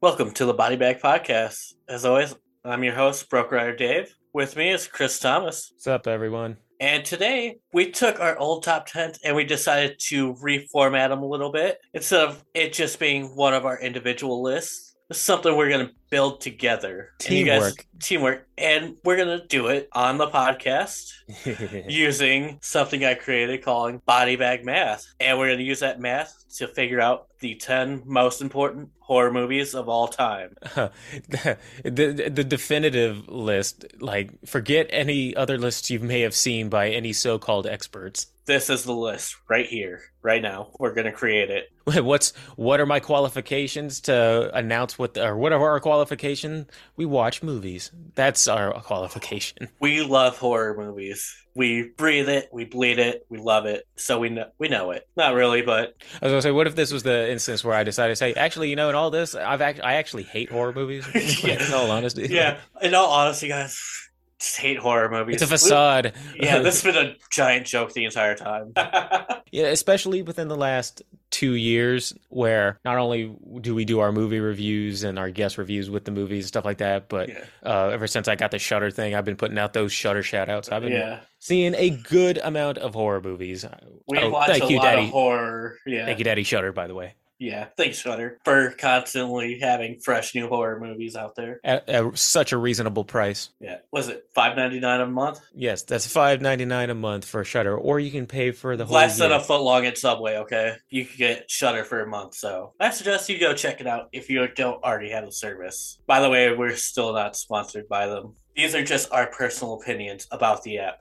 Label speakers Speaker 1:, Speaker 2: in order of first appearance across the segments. Speaker 1: Welcome to the Body Bag Podcast. As always, I'm your host, Broke Rider Dave. With me is Chris Thomas.
Speaker 2: What's up, everyone?
Speaker 1: And today we took our old top 10 and we decided to reformat them a little bit. Instead of it just being one of our individual lists, it's something we're going to build together. And you guys-
Speaker 2: Teamwork.
Speaker 1: teamwork. And we're going to do it on the podcast using something I created calling body bag math. And we're going to use that math to figure out the 10 most important horror movies of all time.
Speaker 2: the, the definitive list, like, forget any other lists you may have seen by any so called experts.
Speaker 1: This is the list right here, right now. We're going to create it.
Speaker 2: What's what are my qualifications to announce what or what are our qualification? We watch movies. That's our qualification.
Speaker 1: We love horror movies. We breathe it, we bleed it, we love it. So we know we know it. Not really, but
Speaker 2: I was gonna say, what if this was the instance where I decided to say, actually, you know, in all this, I've act- I actually hate horror movies.
Speaker 1: Yeah.
Speaker 2: In all honesty,
Speaker 1: yeah. In all honesty, guys, just hate horror movies.
Speaker 2: it's a facade.
Speaker 1: Yeah, this has been a giant joke the entire time.
Speaker 2: Yeah, especially within the last two years, where not only do we do our movie reviews and our guest reviews with the movies and stuff like that, but
Speaker 1: yeah.
Speaker 2: uh, ever since I got the Shutter thing, I've been putting out those Shutter shout outs. I've been
Speaker 1: yeah.
Speaker 2: seeing a good amount of horror movies.
Speaker 1: We
Speaker 2: Oh,
Speaker 1: watch
Speaker 2: thank
Speaker 1: a
Speaker 2: you,
Speaker 1: lot
Speaker 2: Daddy.
Speaker 1: of horror. Yeah.
Speaker 2: Thank you, Daddy Shutter, by the way.
Speaker 1: Yeah. Thanks, Shutter, for constantly having fresh new horror movies out there.
Speaker 2: At, at such a reasonable price.
Speaker 1: Yeah. Was it five ninety nine a month?
Speaker 2: Yes, that's five ninety nine a month for Shutter, or you can pay for the whole
Speaker 1: Less
Speaker 2: year.
Speaker 1: than a foot long at Subway, okay? You could get Shutter for a month, so I suggest you go check it out if you don't already have the service. By the way, we're still not sponsored by them. These are just our personal opinions about the app.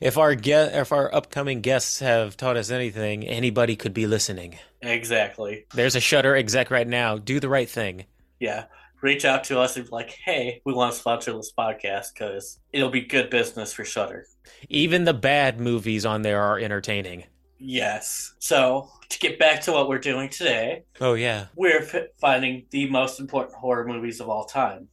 Speaker 2: if our guest, if our upcoming guests have taught us anything, anybody could be listening.
Speaker 1: Exactly.
Speaker 2: There's a Shutter exec right now. Do the right thing.
Speaker 1: Yeah. Reach out to us and be like, hey, we want to sponsor this podcast because it'll be good business for Shutter.
Speaker 2: Even the bad movies on there are entertaining.
Speaker 1: Yes. So to get back to what we're doing today,
Speaker 2: Oh yeah.
Speaker 1: we're f- finding the most important horror movies of all time.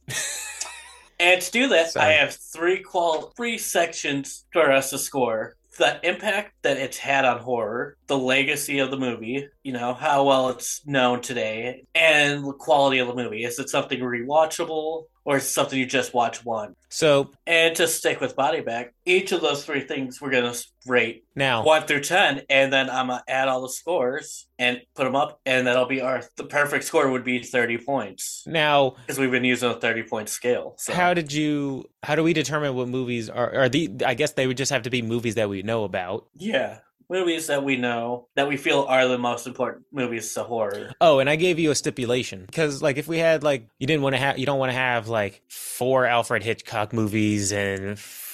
Speaker 1: and to do that,
Speaker 2: Sorry.
Speaker 1: I have three qual three sections for us to score. The impact that it's had on horror, the legacy of the movie, you know, how well it's known today, and the quality of the movie. Is it something rewatchable or is it something you just watch one?
Speaker 2: So
Speaker 1: And to stick with body bag, each of those three things we're going to rate
Speaker 2: now
Speaker 1: one through ten, and then I'm gonna add all the scores and put them up, and that'll be our the perfect score would be thirty points
Speaker 2: now
Speaker 1: because we've been using a thirty point scale. So
Speaker 2: how did you how do we determine what movies are are the I guess they would just have to be movies that we know about.
Speaker 1: yeah, movies that we know that we feel are the most important movies to horror.
Speaker 2: Oh, and I gave you a stipulation because like if we had like you didn't want to have you don't want to have like four Alfred Hitchcock movies and f-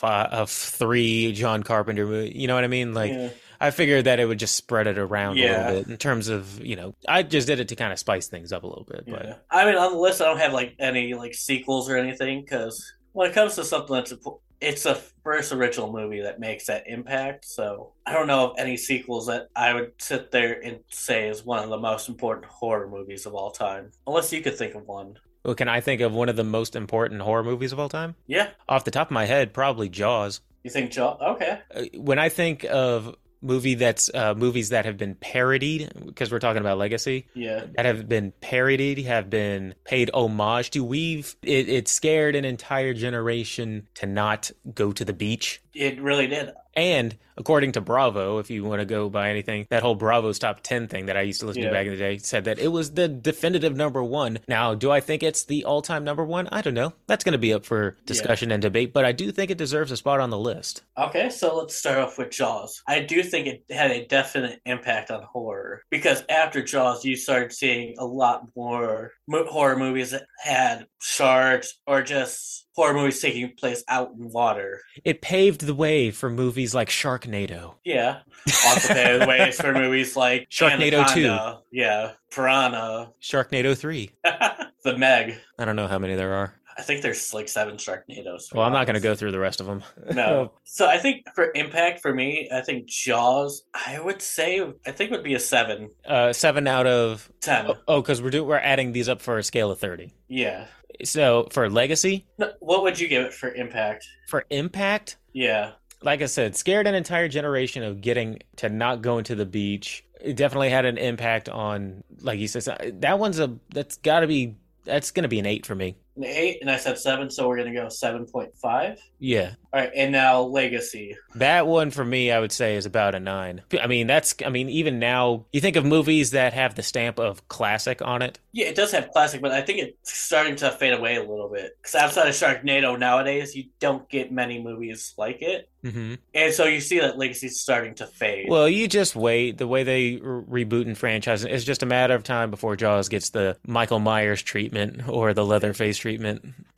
Speaker 2: uh, of three John Carpenter movies. You know what I mean? Like
Speaker 1: Yeah.
Speaker 2: I figured that it would just spread it around a
Speaker 1: Yeah.
Speaker 2: little bit in terms of, you know, I just did it to kind of spice things up a little bit, but
Speaker 1: Yeah. I mean, on the list, I don't have like any like sequels or anything because when it comes to something that's impo- it's the first original movie that makes that impact. So I don't know of any sequels that I would sit there and say is one of the most important horror movies of all time, unless you could think of one.
Speaker 2: Well, can I think of one of the most important horror movies of all time?
Speaker 1: Yeah,
Speaker 2: Off the top of my head, probably Jaws.
Speaker 1: you think Jaw? Okay,
Speaker 2: Uh, When I think of movie that's uh, movies that have been parodied, because we're talking about legacy,
Speaker 1: yeah,
Speaker 2: that have been parodied, have been paid homage to. We've it, it scared an entire generation to not go to the beach.
Speaker 1: it really did.
Speaker 2: And according to Bravo, if you want to go by anything, that whole Bravo's top 10 thing that I used to listen
Speaker 1: Yeah.
Speaker 2: to back in the day said that it was the definitive number one. Now, do I think it's the all time number one? I don't know. That's going to be up for discussion and debate, but I do think it deserves a spot on the list.
Speaker 1: Okay, so let's start off with Jaws. I do think it had a definite impact on horror because after Jaws, you started seeing a lot more mo- horror movies that had sharks or just horror movies taking place out in water.
Speaker 2: It paved the way for movies like Sharknado.
Speaker 1: Yeah. Also, paved ways for movies like
Speaker 2: Sharknado 2.
Speaker 1: Anaconda, Yeah. Piranha.
Speaker 2: Sharknado 3.
Speaker 1: the Meg.
Speaker 2: I don't know how many there are.
Speaker 1: I think there's like seven Sharknados.
Speaker 2: Well, I'm not going to go through the rest of them.
Speaker 1: No. So I think for impact for me, I think Jaws, I would say, I think would be a seven.
Speaker 2: Uh, seven out of.
Speaker 1: 10.
Speaker 2: Oh, because we're, do- we're adding these up for a scale of 30.
Speaker 1: Yeah.
Speaker 2: So for legacy,
Speaker 1: No, what would you give it for impact?
Speaker 2: for impact,
Speaker 1: Yeah.
Speaker 2: like I said, scared an entire generation of getting to not going to the beach. it definitely had an impact on like you said uh, that one's a that's got to be that's gonna be an eight for me
Speaker 1: An eight, and I said seven, so we're gonna go seven point five.
Speaker 2: yeah
Speaker 1: All right, and now Legacy.
Speaker 2: that one for me i would say is about a nine i mean that's i mean even now you think of movies that have the stamp of classic on it
Speaker 1: Yeah, it does have classic, but I think it's starting to fade away a little bit. Because outside of Sharknado nowadays, you don't get many movies like it,
Speaker 2: mm-hmm.
Speaker 1: and so you see that Legacy's starting to fade.
Speaker 2: well you just wait the way they re- reboot and franchise it, it's just a matter of time before jaws gets the michael myers treatment or the leatherface treatment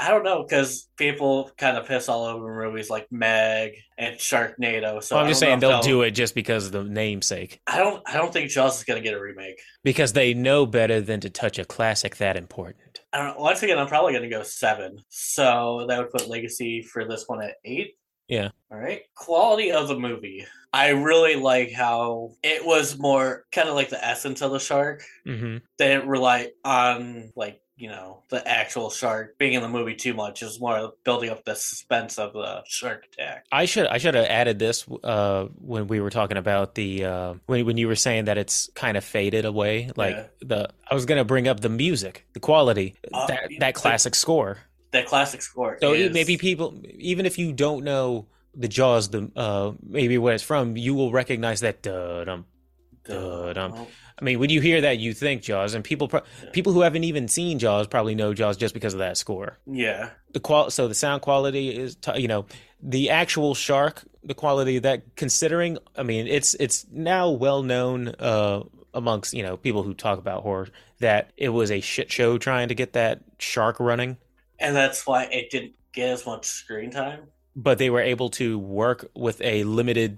Speaker 1: I don't know because people kind of piss all over movies like Meg and Sharknado. So
Speaker 2: i'm just saying they'll do it just because of the namesake
Speaker 1: I don't. I don't think Jaws is going to get a remake.
Speaker 2: because they know better than to touch a classic that important.
Speaker 1: I don't know. Once again, I'm probably going to go seven. So that would put Legacy for this one at eight.
Speaker 2: Yeah.
Speaker 1: All right. Quality of the movie. I really like how it was more kind of like the essence of the shark.
Speaker 2: Mm-hmm.
Speaker 1: They didn't rely on like you know the actual shark being in the movie too much. It was more building up the suspense of the shark attack.
Speaker 2: I should I should have added this uh, when we were talking about the uh, when when you were saying that it's kind of faded away. Like
Speaker 1: Yeah.
Speaker 2: the I was gonna bring up the music, the quality,
Speaker 1: Uh,
Speaker 2: that
Speaker 1: yeah,
Speaker 2: that
Speaker 1: so-
Speaker 2: classic score.
Speaker 1: That classic score.
Speaker 2: So
Speaker 1: is-
Speaker 2: it- maybe people, even if you don't know the Jaws, the uh, maybe where it's from, you will recognize that. Dum. Duh, dum.
Speaker 1: Well,
Speaker 2: I mean, when you hear that, you think Jaws, and people pro-
Speaker 1: Yeah.
Speaker 2: people who haven't even seen Jaws probably know Jaws just because of that score.
Speaker 1: Yeah.
Speaker 2: the qual so the sound quality is t- you know the actual shark the quality that considering i mean it's it's now well known uh amongst you know people who talk about horror that it was a shit show trying to get that shark running
Speaker 1: And that's why it didn't get as much screen time.
Speaker 2: but they were able to work with a limited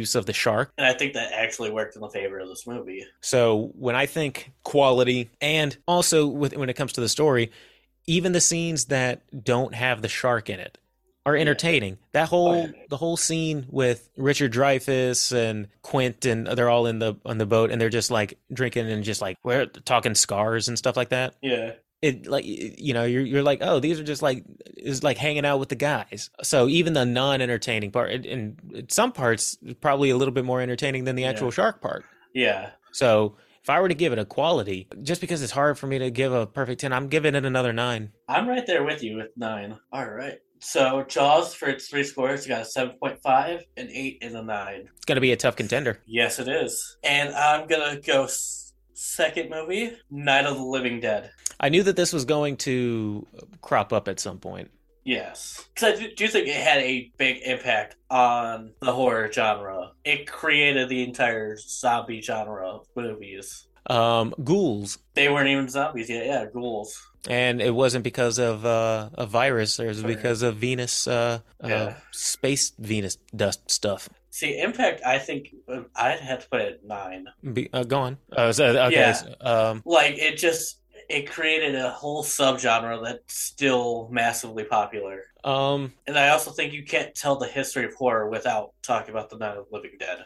Speaker 2: use of the shark
Speaker 1: And I think that actually worked in the favor of this movie.
Speaker 2: So when I think quality and also with, when it comes to the story, even the scenes that don't have the shark in it are entertaining. That whole
Speaker 1: Oh, yeah.
Speaker 2: the whole scene with Richard Dreyfuss and Quint and they're all in the on the boat and they're just like drinking and just like we're talking scars and stuff like that.
Speaker 1: Yeah.
Speaker 2: It like you know you're you're like oh these are just like is like hanging out with the guys. So even the non-entertaining part and- and some parts probably a little bit more entertaining than the
Speaker 1: Yeah.
Speaker 2: actual shark part.
Speaker 1: Yeah.
Speaker 2: So if I were to give it a quality, just because it's hard for me to give a perfect 10, I'm giving it another nine.
Speaker 1: I'm right there with you with nine. All right. So Jaws for its three scores got a seven point five, an eight, and a nine.
Speaker 2: It's going to be a tough contender.
Speaker 1: Yes, it is. And I'm gonna go s- second movie, Night of the Living Dead.
Speaker 2: I knew that this was going to crop up at some point.
Speaker 1: Yes, because I do- do think it had a big impact on the horror genre. It created the entire zombie genre of movies.
Speaker 2: Um, ghouls.
Speaker 1: They weren't even zombies yet. Yeah, ghouls.
Speaker 2: And it wasn't because of uh, a virus, it was
Speaker 1: Sorry.
Speaker 2: because of Venus, uh, uh,
Speaker 1: Yeah.
Speaker 2: space Venus dust stuff.
Speaker 1: See, Impact, I think uh, I'd have to put it at nine.
Speaker 2: Be, uh, go on. Uh, so, okay.
Speaker 1: Yeah.
Speaker 2: so, um,
Speaker 1: Like, it just, it created a whole subgenre that's still massively popular.
Speaker 2: um,
Speaker 1: And I also think you can't tell the history of horror without talking about the Night of the Living Dead.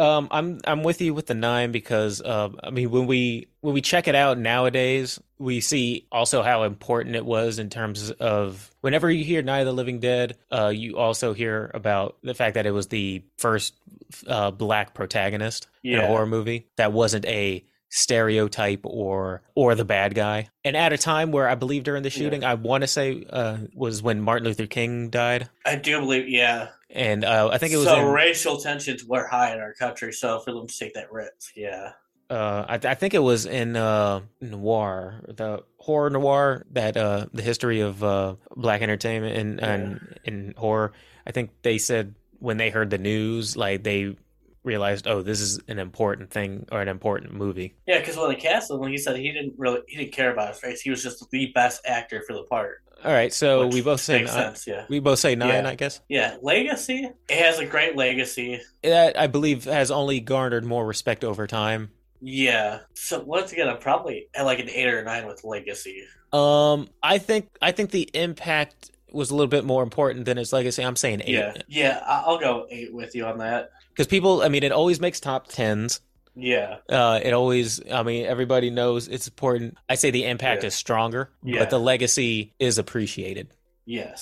Speaker 2: Um, I'm I'm with you with the nine because um, I mean when we when we check it out nowadays, we see also how important it was in terms of whenever you hear Night of the Living Dead, uh, you also hear about the fact that it was the first uh, black protagonist in a
Speaker 1: Yeah.
Speaker 2: horror movie that wasn't a stereotype or or the bad guy. And at a time where I believe during the
Speaker 1: Yeah.
Speaker 2: shooting, I want to say uh, was when Martin Luther King died,
Speaker 1: I do believe, yeah.
Speaker 2: and uh, I think it was
Speaker 1: so
Speaker 2: in-
Speaker 1: racial tensions were high in our country, so for them to take that risk, yeah.
Speaker 2: uh I, I think it was in uh noir the horror noir that uh the history of uh black entertainment and and and horror i think they said when they heard the news like they realized oh this is an important thing or an important movie
Speaker 1: Yeah, because when they cast him, he said he didn't really, he didn't care about his race. He was just the best actor for the part.
Speaker 2: all right so
Speaker 1: which
Speaker 2: we both uh, say
Speaker 1: makes
Speaker 2: nine,
Speaker 1: sense, yeah.
Speaker 2: we both say nine
Speaker 1: Yeah.
Speaker 2: i guess
Speaker 1: Yeah, legacy. It has a great legacy.
Speaker 2: that i believe has only garnered more respect over time
Speaker 1: Yeah. So once again, I'm probably at like an eight or a nine with legacy.
Speaker 2: um i think i think the impact was a little bit more important than its legacy i'm saying eight
Speaker 1: Yeah. Yeah, I- I'll go eight with you on that.
Speaker 2: because people i mean it always makes top tens
Speaker 1: Yeah.
Speaker 2: uh it always i mean everybody knows it's important i say the impact
Speaker 1: Yeah.
Speaker 2: is stronger
Speaker 1: Yeah.
Speaker 2: but the legacy is appreciated
Speaker 1: Yes.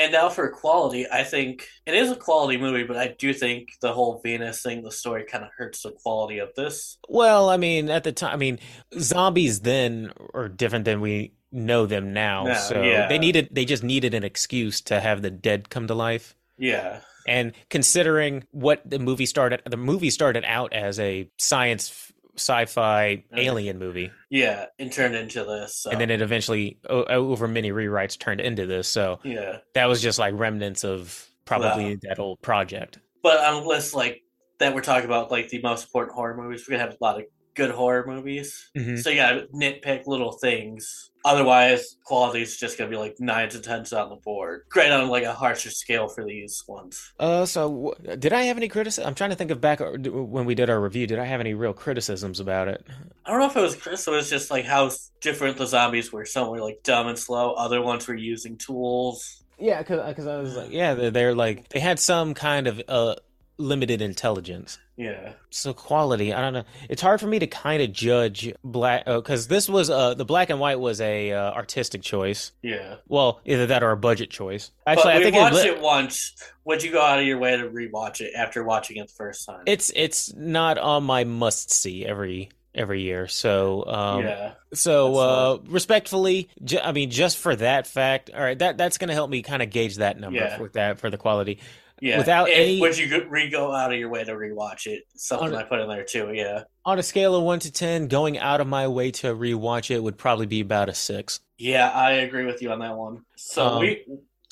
Speaker 1: And now for quality, I think it is a quality movie, but I do think the whole Venus thing, the story kind of hurts the quality of this.
Speaker 2: Well, I mean, at the time, I mean, zombies then are different than we know them now.
Speaker 1: No,
Speaker 2: so
Speaker 1: yeah.
Speaker 2: they needed, they just needed an excuse to have the dead come to life.
Speaker 1: Yeah.
Speaker 2: And considering what the movie started, the movie started out as a science sci-fi
Speaker 1: Okay. Oh.
Speaker 2: alien movie
Speaker 1: Yeah. And turned into this. so-
Speaker 2: and then it eventually o- over many rewrites turned into this so
Speaker 1: yeah.
Speaker 2: that was just like remnants of probably that old project
Speaker 1: But unless, like, that we're talking about, like, the most important horror movies, we're going to have a lot of good horror movies.
Speaker 2: Mm-hmm.
Speaker 1: So you gotta nitpick little things. Otherwise, quality is just gonna be like nines and tens on the board. Great on like a harsher scale for these ones.
Speaker 2: uh so w- did i have any criticism i'm trying to think of back uh, d- when we did our review did i have any real criticisms about it
Speaker 1: I don't know if it was Chris. It was just like how s- different the zombies were. Some were like dumb and slow. Other ones were using tools.
Speaker 2: yeah because i was like yeah they're, they're like they had some kind of uh limited intelligence
Speaker 1: Yeah,
Speaker 2: so quality i don't know it's hard for me to kind of judge black because this was uh the black and white was a uh, artistic choice
Speaker 1: yeah.
Speaker 2: well either that or a budget choice
Speaker 1: Actually,
Speaker 2: actually
Speaker 1: but
Speaker 2: i
Speaker 1: we
Speaker 2: think
Speaker 1: watched
Speaker 2: li-
Speaker 1: it once. Would you go out of your way to rewatch it after watching it the first time?
Speaker 2: it's it's not on my must see every every year so um
Speaker 1: yeah,
Speaker 2: so
Speaker 1: That's
Speaker 2: uh respectfully ju- i mean just for that fact all right that that's gonna help me kind of gauge that number
Speaker 1: Yeah.
Speaker 2: with that for the quality
Speaker 1: yeah.
Speaker 2: without
Speaker 1: If-
Speaker 2: any-
Speaker 1: would you go- re go out of your way to rewatch it? Something
Speaker 2: On-
Speaker 1: I put in there too. Yeah,
Speaker 2: on a scale of one to ten going out of my way to rewatch it would probably be about a six
Speaker 1: yeah. I agree with you on that one. So
Speaker 2: Um,
Speaker 1: we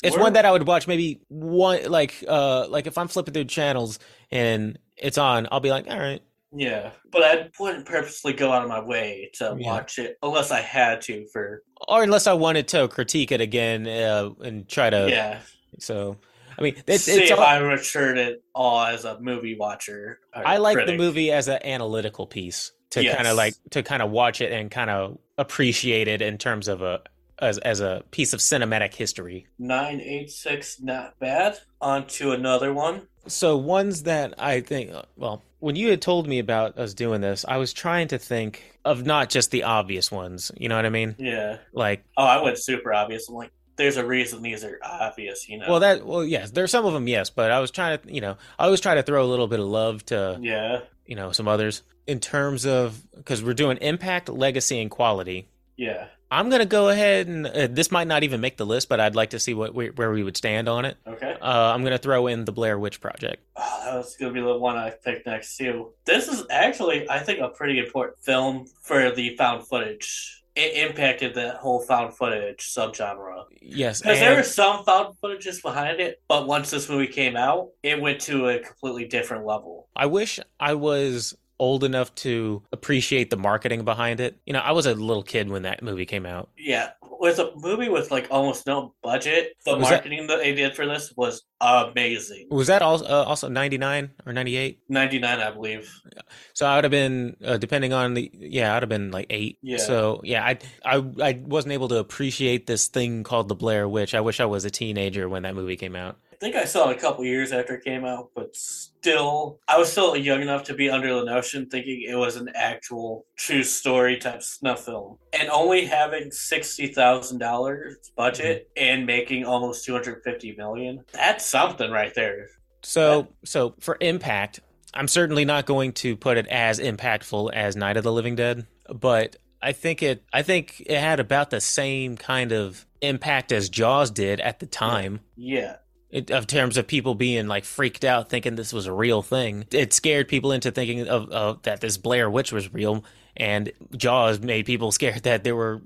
Speaker 2: it's
Speaker 1: Where-
Speaker 2: one that i would watch maybe one like uh like if i'm flipping through channels and it's on i'll be like all right
Speaker 1: Yeah, but I wouldn't purposely go out of my way to
Speaker 2: Yeah.
Speaker 1: watch it unless I had to for
Speaker 2: or unless i wanted to critique it again uh, and try to
Speaker 1: yeah.
Speaker 2: so i mean it's,
Speaker 1: See
Speaker 2: it's
Speaker 1: if
Speaker 2: all-
Speaker 1: I matured it all as a movie watcher. or
Speaker 2: I like the
Speaker 1: critic.
Speaker 2: movie as an analytical piece to
Speaker 1: Yes.
Speaker 2: kind of like to kind of watch it and kind of appreciate it in terms of a as as a piece of cinematic history.
Speaker 1: Nine eight six, not bad. On to another one.
Speaker 2: So ones that I think well, when you had told me about us doing this, I was trying to think of not just the obvious ones, you know what I mean?
Speaker 1: Yeah.
Speaker 2: Like
Speaker 1: Oh, I went super obvious. I'm like, there's a reason these are obvious, you know.
Speaker 2: well that well yes, there's some of them yes, but I was trying to, you know, I always try to throw a little bit of love to,
Speaker 1: yeah,
Speaker 2: you know, some others in terms of cuz we're doing impact, legacy and quality.
Speaker 1: yeah.
Speaker 2: I'm gonna go ahead and uh, this might not even make the list, but I'd like to see what we, where we would stand on it.
Speaker 1: Okay.
Speaker 2: Uh, I'm gonna throw in the Blair Witch Project.
Speaker 1: Oh, that was gonna be the one I picked next too. This is actually, I think, a pretty important film for the found footage. It impacted that whole found footage subgenre
Speaker 2: Yes,
Speaker 1: because there
Speaker 2: and-
Speaker 1: were some found footages behind it, but once this movie came out, it went to a completely different level.
Speaker 2: I wish I was old enough to appreciate the marketing behind it. You know, I was a little kid when that movie came out.
Speaker 1: Yeah, with a movie with like almost no budget, the
Speaker 2: Was that-
Speaker 1: marketing that they did for this was amazing.
Speaker 2: Was that also uh, also 99 or 98?
Speaker 1: Ninety nine, I believe.
Speaker 2: So I would have been uh, depending on the yeah, I'd have been like 8.
Speaker 1: Yeah.
Speaker 2: So, yeah, I I I wasn't able to appreciate this thing called the Blair Witch. I wish I was a teenager when that movie came out.
Speaker 1: I think I saw it a couple years after it came out, but still, I was still young enough to be under the notion thinking it was an actual true story type snuff film. And only having $60,000 budget
Speaker 2: Mm-hmm.
Speaker 1: and making almost 250 million, that's something right there.
Speaker 2: So, so for impact, I'm certainly not going to put it as impactful as Night of the Living Dead, but I think it I think it had about the same kind of impact as Jaws did at the time.
Speaker 1: Yeah.
Speaker 2: It, of terms of people being like freaked out thinking this was a real thing. It scared people into thinking of, of that this Blair Witch was real and Jaws made people scared that there were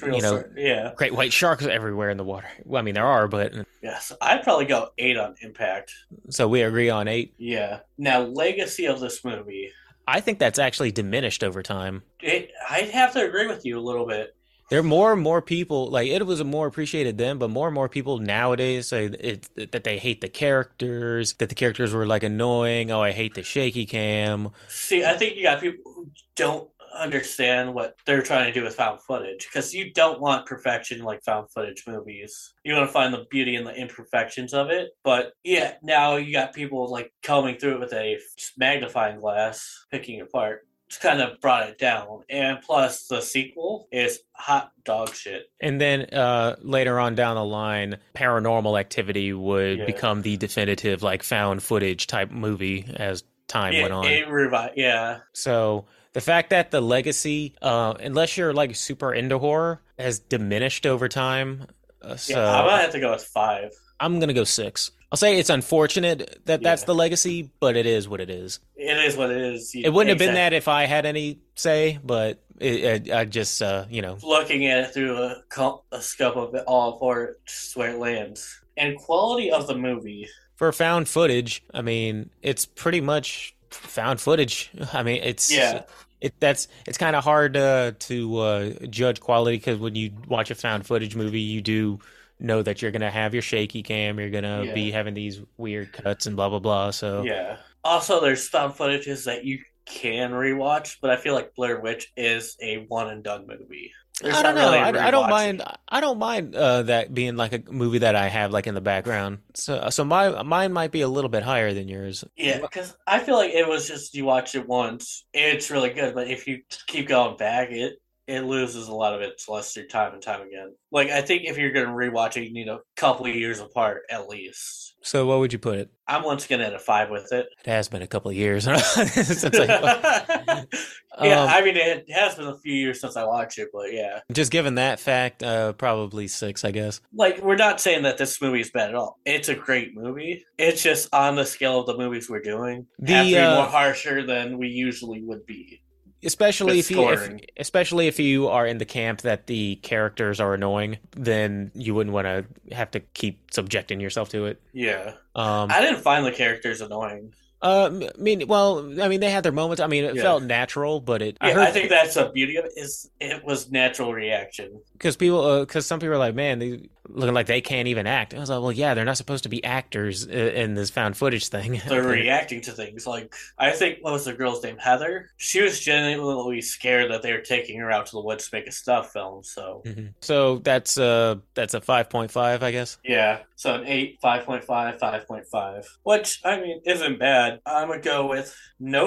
Speaker 1: Real
Speaker 2: You know-
Speaker 1: story. yeah.
Speaker 2: great white sharks everywhere in the water. Well, I mean there are, but
Speaker 1: Yes. I'd probably go eight on impact.
Speaker 2: so we agree on 8.
Speaker 1: Yeah. Now, legacy of this movie,
Speaker 2: I think that's actually diminished over time.
Speaker 1: it, I'd have to agree with you a little bit.
Speaker 2: there are more and more people like it was more appreciated then but more and more people nowadays say it, that they hate the characters that the characters were like annoying oh i hate the shaky cam
Speaker 1: See, I think you got people who don't understand what they're trying to do with found footage because you don't want perfection like found footage movies. You want to find the beauty and the imperfections of it. But yeah, now you got people like combing through it with a magnifying glass, picking it apart. kind of brought it down. And plus, the sequel is hot dog shit.
Speaker 2: And then uh, later on down the line, Paranormal Activity would
Speaker 1: Yeah.
Speaker 2: become the definitive like found footage type movie as time
Speaker 1: it,
Speaker 2: went on.
Speaker 1: It revived. Yeah,
Speaker 2: so the fact that the legacy, uh, unless you're like super into horror, has diminished over time. Uh, so
Speaker 1: yeah. I'm gonna have to go with five.
Speaker 2: I'm gonna go six. I'll say it's unfortunate that that's
Speaker 1: Yeah.
Speaker 2: the legacy, but it is what it is.
Speaker 1: It is what it is.
Speaker 2: It wouldn't have been that if I had any say, but it, I, I just, uh, you know,
Speaker 1: Looking at it through a, cul- a scope of it all for it, just where it lands and quality of the movie.
Speaker 2: for found footage, I mean, it's pretty much found footage. I mean, it's
Speaker 1: Yeah.
Speaker 2: It that's it's kind of hard uh, to uh, judge quality because when you watch a found footage movie, you do know that you're gonna have your shaky cam, you're gonna be having these weird cuts and blah blah blah. So
Speaker 1: Yeah. Also, there's found footages that you can rewatch, but I feel like Blair Witch is a one and done movie. There's
Speaker 2: I don't know.
Speaker 1: not really
Speaker 2: I, I don't
Speaker 1: rewatching.
Speaker 2: mind. I don't mind uh, that being like a movie that I have like in the background. So, so my mine might be a little bit higher than yours.
Speaker 1: Yeah, because I feel like it was just you watch it once, it's really good, but if you keep going back, it it loses a lot of its luster time and time again. Like I think if you're gonna rewatch it, you need a couple of years apart at least.
Speaker 2: So, what would you put it?
Speaker 1: I'm once again at a five with it.
Speaker 2: It has been a couple of years since I.
Speaker 1: yeah,
Speaker 2: um,
Speaker 1: I mean it has been a few years since I watched it, but yeah,
Speaker 2: just given that fact, uh, probably six, I guess.
Speaker 1: like we're not saying that this movie is bad at all. It's a great movie. It's just on the scale of the movies we're doing,
Speaker 2: The,
Speaker 1: have to be
Speaker 2: uh,
Speaker 1: more harsher than we usually would be.
Speaker 2: Especially
Speaker 1: Good
Speaker 2: if you, if,
Speaker 1: scoring.
Speaker 2: especially if you are in the camp that the characters are annoying, then you wouldn't want to have to keep subjecting yourself to it.
Speaker 1: Yeah.
Speaker 2: Um,
Speaker 1: I didn't find the characters annoying.
Speaker 2: Uh, m- I mean, well, I mean, they had their moments. I mean, it
Speaker 1: Yeah.
Speaker 2: felt natural, but it.
Speaker 1: Yeah, I,
Speaker 2: I heard
Speaker 1: think that's the beauty of it is it was natural reaction.
Speaker 2: because people, because some people are like, man, they looking like they can't even act. I was like, well, yeah, they're not supposed to be actors i- in this found footage thing.
Speaker 1: They're reacting to things. Like I think what was the girl's name? Heather. She was genuinely scared that they were taking her out to the woods to make a stuff film. So
Speaker 2: Mhm. So that's uh that's a five point five, I guess.
Speaker 1: yeah, so an eight, five point five, five point five, which I mean isn't bad. I'm gonna go with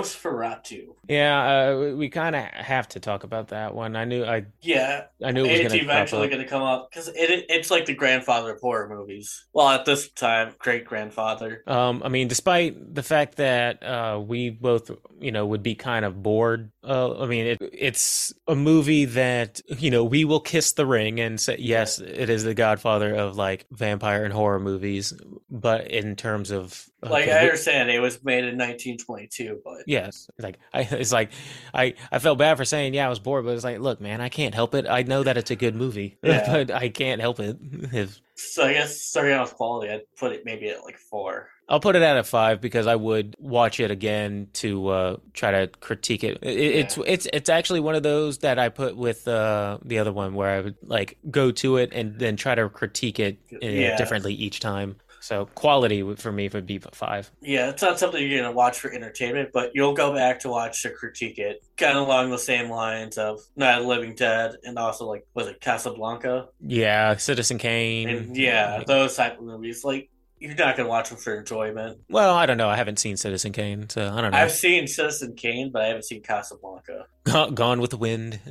Speaker 1: Nosferatu.
Speaker 2: Yeah, uh, we- we kind of have to talk about that one. I knew I
Speaker 1: Yeah,
Speaker 2: I knew it was
Speaker 1: it's
Speaker 2: going to crop
Speaker 1: eventually
Speaker 2: up.
Speaker 1: going to come up because it, it it's like the grandfather of horror movies. Well, at this time, great grandfather.
Speaker 2: Um, I mean, despite the fact that uh, we both, you know, would be kind of bored. Uh, I mean, it, it's a movie that you know we will kiss the ring and say yes, it is the Godfather of like vampire and horror movies. But in terms of
Speaker 1: Like
Speaker 2: okay,
Speaker 1: I
Speaker 2: we-
Speaker 1: understand it was made in 1922, but
Speaker 2: yes, like I, it's like I, I felt bad for saying yeah I was bored, but it's like look, man, I can't help it. I know that it's a good movie,
Speaker 1: Yeah.
Speaker 2: but I can't help it. If
Speaker 1: So I guess starting off quality, I'd put it maybe at like four.
Speaker 2: I'll put it out of five because I would watch it again to uh, try to critique it. it It's it's it's actually one of those that I put with uh, the other one where I would like go to it and then try to critique it uh,
Speaker 1: Yeah.
Speaker 2: differently each time. So quality would- for me would be five.
Speaker 1: Yeah, it's not something you're gonna watch for entertainment, but you'll go back to watch to critique it, kind of along the same lines of Night of the Living Dead and also like was it Casablanca
Speaker 2: Yeah, Citizen Kane.
Speaker 1: and yeah, those type of movies. Like you're not gonna watch them for enjoyment.
Speaker 2: Well, I don't know. I haven't seen Citizen Kane, so I don't know.
Speaker 1: I've seen Citizen Kane, but I haven't seen Casablanca.
Speaker 2: Gone, Gone with the Wind.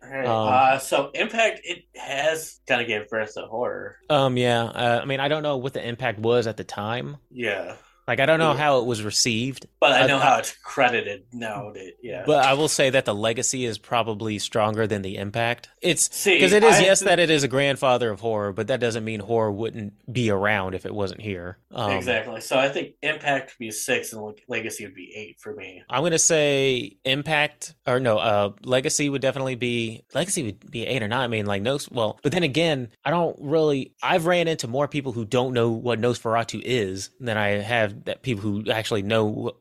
Speaker 1: All right.
Speaker 2: Um,
Speaker 1: uh, so Impact it has kind of gave birth to horror.
Speaker 2: um, yeah. Uh, I mean, I don't know what the impact was at the time.
Speaker 1: Yeah,
Speaker 2: Like, I don't know
Speaker 1: Yeah.
Speaker 2: how it was received.
Speaker 1: but I
Speaker 2: I-
Speaker 1: know how it's credited nowadays. Yeah.
Speaker 2: But I will say that the legacy is probably stronger than the impact. It's
Speaker 1: See,
Speaker 2: because it is
Speaker 1: I-
Speaker 2: yes that it is a grandfather of horror, but that doesn't mean horror wouldn't be around if it wasn't here. Um,
Speaker 1: exactly. So I think Impact would be six and Leg- Legacy would be eight for me.
Speaker 2: I'm gonna say impact or no, uh, legacy would definitely be legacy would be eight or nine. I mean, like no, well, but then again, I don't really. I've ran into more people who don't know what Nosferatu is than I have that people who actually know wh-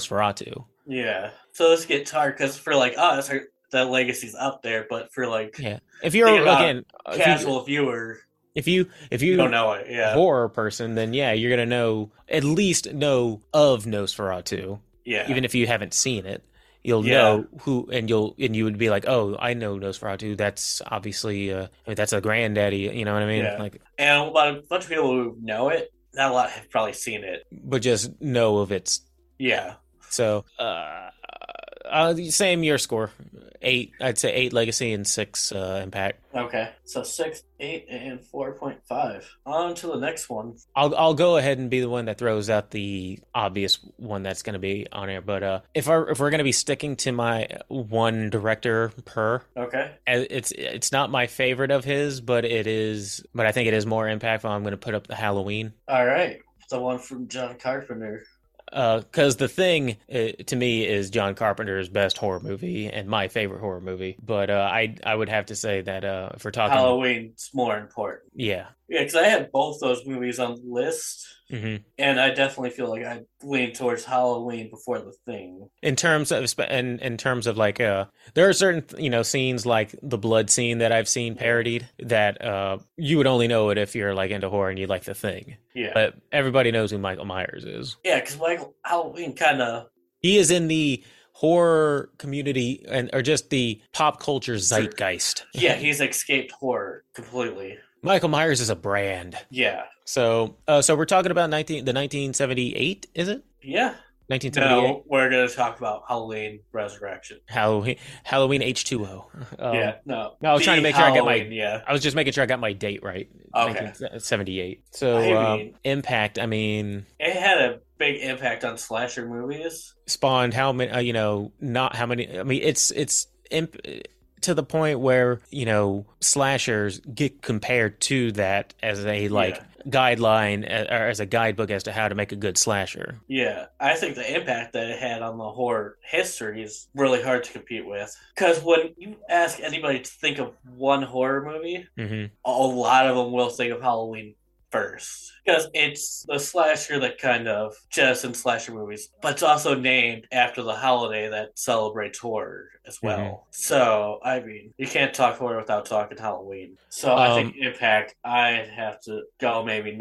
Speaker 2: Nosferatu.
Speaker 1: Yeah. So this gets hard because for like us, our- the Legacy's up there, but for like
Speaker 2: Yeah. If you're
Speaker 1: Think about
Speaker 2: again, if you-
Speaker 1: casual viewer,
Speaker 2: if you if you
Speaker 1: you don't know it. Yeah.
Speaker 2: horror person, then yeah, you're gonna know at least know of Nosferatu,
Speaker 1: yeah.
Speaker 2: even if you haven't seen it. You'll
Speaker 1: Yeah.
Speaker 2: know who, and you'll and you would be like, oh, I know Nosferatu. That's obviously, uh, I mean, that's a granddaddy. You know what I mean?
Speaker 1: Yeah.
Speaker 2: Like,
Speaker 1: and about a bunch of people who know it, not a lot have probably seen it.
Speaker 2: but just know of its.
Speaker 1: Yeah.
Speaker 2: So, uh, Uh, same year score, eight. I'd say eight Legacy and six uh, Impact.
Speaker 1: Okay, so six, eight, and four point five. On to the next one.
Speaker 2: I'll I'll go ahead and be the one that throws out the obvious one that's going to be on air. But uh, if I if we're going to be sticking to my one director per, uh,
Speaker 1: Okay,
Speaker 2: it's it's not my favorite of his, but it is. But I think it is more impactful. I'm going to put up the Halloween.
Speaker 1: all right. The one from John Carpenter.
Speaker 2: because the thing uh, to me is John Carpenter's best horror movie and my favorite horror movie. But uh, I I would have to say that uh, if we're talking,
Speaker 1: Halloween's more important.
Speaker 2: yeah,
Speaker 1: Yeah, because I had both those movies on the list,
Speaker 2: hmm
Speaker 1: and I definitely feel like I lean towards Halloween before The Thing.
Speaker 2: in terms of spe- in, in terms of like uh, there are certain you know scenes like the blood scene that I've seen parodied that uh, you would only know it if you're like into horror and you like the thing.
Speaker 1: Yeah,
Speaker 2: But everybody knows who Michael Myers is.
Speaker 1: yeah, because Michael Halloween kind of
Speaker 2: He is in the horror community and or just the pop culture zeitgeist.
Speaker 1: yeah, he's escaped horror completely.
Speaker 2: Michael Myers is a brand.
Speaker 1: Yeah,
Speaker 2: So, uh, so we're talking about nineteen, the nineteen seventy eight, is it?
Speaker 1: yeah.
Speaker 2: Nineteen seventy eight.
Speaker 1: No, we're gonna talk about Halloween Resurrection.
Speaker 2: Halloween, Halloween H two O.
Speaker 1: yeah, no,
Speaker 2: no, Oh. I was trying
Speaker 1: The
Speaker 2: to make sure I get my-
Speaker 1: Halloween, yeah.
Speaker 2: I was just making sure I got my date right.
Speaker 1: Okay.
Speaker 2: seventy eight. So,
Speaker 1: I
Speaker 2: um,
Speaker 1: mean-
Speaker 2: impact. I mean,
Speaker 1: It had a big impact on slasher movies.
Speaker 2: spawned how many? Uh, you know, not how many? I mean, it's it's imp- to the point where you know slashers get compared to that as a like guideline uh, or as a guidebook as to how to make a good slasher.
Speaker 1: Yeah, I think the impact that it had on the horror history is really hard to compete with. Because when you ask anybody to think of one horror movie,
Speaker 2: hmm
Speaker 1: a lot of them will think of Halloween first. Because it's the slasher that kind of just in slasher movies, but it's also named after the holiday that celebrates horror as
Speaker 2: Mm-hmm.
Speaker 1: well. So, I mean, you can't talk horror without talking Halloween. So, I
Speaker 2: Um,
Speaker 1: think Impact, I'd have to go maybe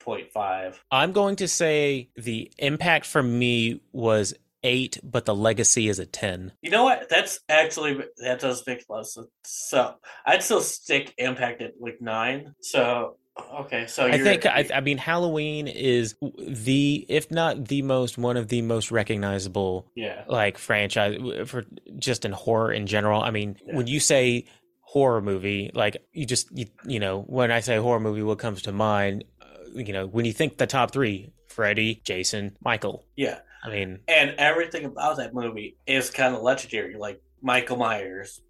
Speaker 1: 9.5.
Speaker 2: I'm going to say the impact for me was eight, but the legacy is a ten.
Speaker 1: You know what? That's actually that does make a lot of sense. So I'd still stick Impact at like nine. So okay, so
Speaker 2: I
Speaker 1: Oh, you're,
Speaker 2: think I, I mean Halloween is the if not the most one of the most recognizable
Speaker 1: yeah,
Speaker 2: like franchise w- for just in horror in general. I mean,
Speaker 1: Yeah.
Speaker 2: when you say horror movie, like you just you, you know when I say horror movie, what comes to mind? Uh, you know, when you think the top three: Freddy, Jason, Michael.
Speaker 1: yeah,
Speaker 2: I mean,
Speaker 1: and everything about that movie is kind of legendary. Like Michael Myers,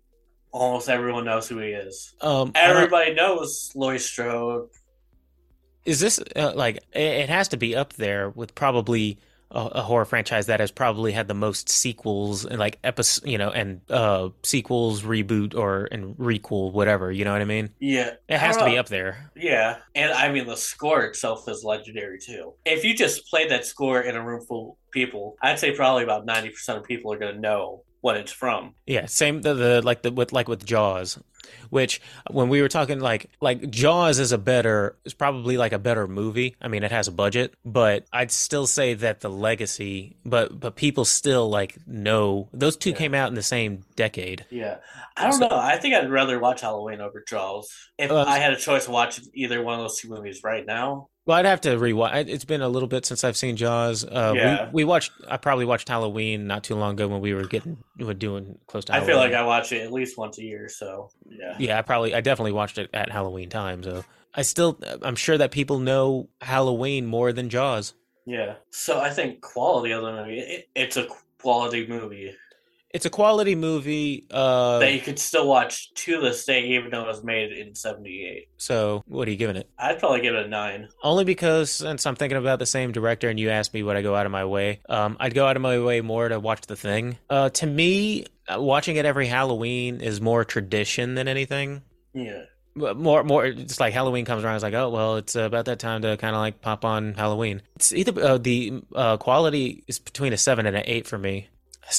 Speaker 1: almost everyone knows who he is.
Speaker 2: um, I don't-
Speaker 1: Everybody knows Laurie Strode.
Speaker 2: Is this uh, like it, it has to be up there with probably a, a horror franchise that has probably had the most sequels and like episodes, you know, and uh sequels, reboot or and requel, whatever. You know what I mean?
Speaker 1: Yeah,
Speaker 2: It has to be
Speaker 1: Uh,
Speaker 2: up there.
Speaker 1: Yeah, and I mean the score itself is legendary too. If you just played that score in a room full of people, I'd say probably about ninety percent of people are gonna know what it's from.
Speaker 2: Yeah, same the, the like the with like with Jaws, which when we were talking like like Jaws is a better is probably like a better movie. I mean, it has a budget, but I'd still say that the legacy, but but people still like know those two
Speaker 1: Yeah.
Speaker 2: came out in the same decade.
Speaker 1: Yeah, I don't
Speaker 2: So-
Speaker 1: know. I think I'd rather watch Halloween over Jaws. If
Speaker 2: Uh,
Speaker 1: I had a choice of watching either one of those two movies right now,
Speaker 2: Well, I'd have to rewatch. It's been a little bit since I've seen Jaws. Uh,
Speaker 1: Yeah.
Speaker 2: we, we watched. I probably watched Halloween not too long ago when we were getting, we were doing close to.
Speaker 1: I
Speaker 2: Halloween.
Speaker 1: feel like I watch it at least once a year. So yeah,
Speaker 2: yeah, I probably, I definitely watched it at Halloween time. So I still, I'm sure that people know Halloween more than Jaws.
Speaker 1: yeah. So I think quality of the movie. It, it's a quality movie
Speaker 2: It's a quality movie.
Speaker 1: that
Speaker 2: Uh,
Speaker 1: you could still watch to this day, even though it was made in '78.
Speaker 2: so what are you giving it?
Speaker 1: I'd probably give it a nine.
Speaker 2: Only because since I'm thinking about the same director, and you asked me would I go out of my way, um, I'd go out of my way more to watch The Thing. Uh, to me, uh, watching it every Halloween is more tradition than anything.
Speaker 1: Yeah,
Speaker 2: But more more it's like halloween comes around it's like oh well it's about that time to kind of like pop on halloween it's either uh, the uh, quality is between a 7 and an 8 for me 7.5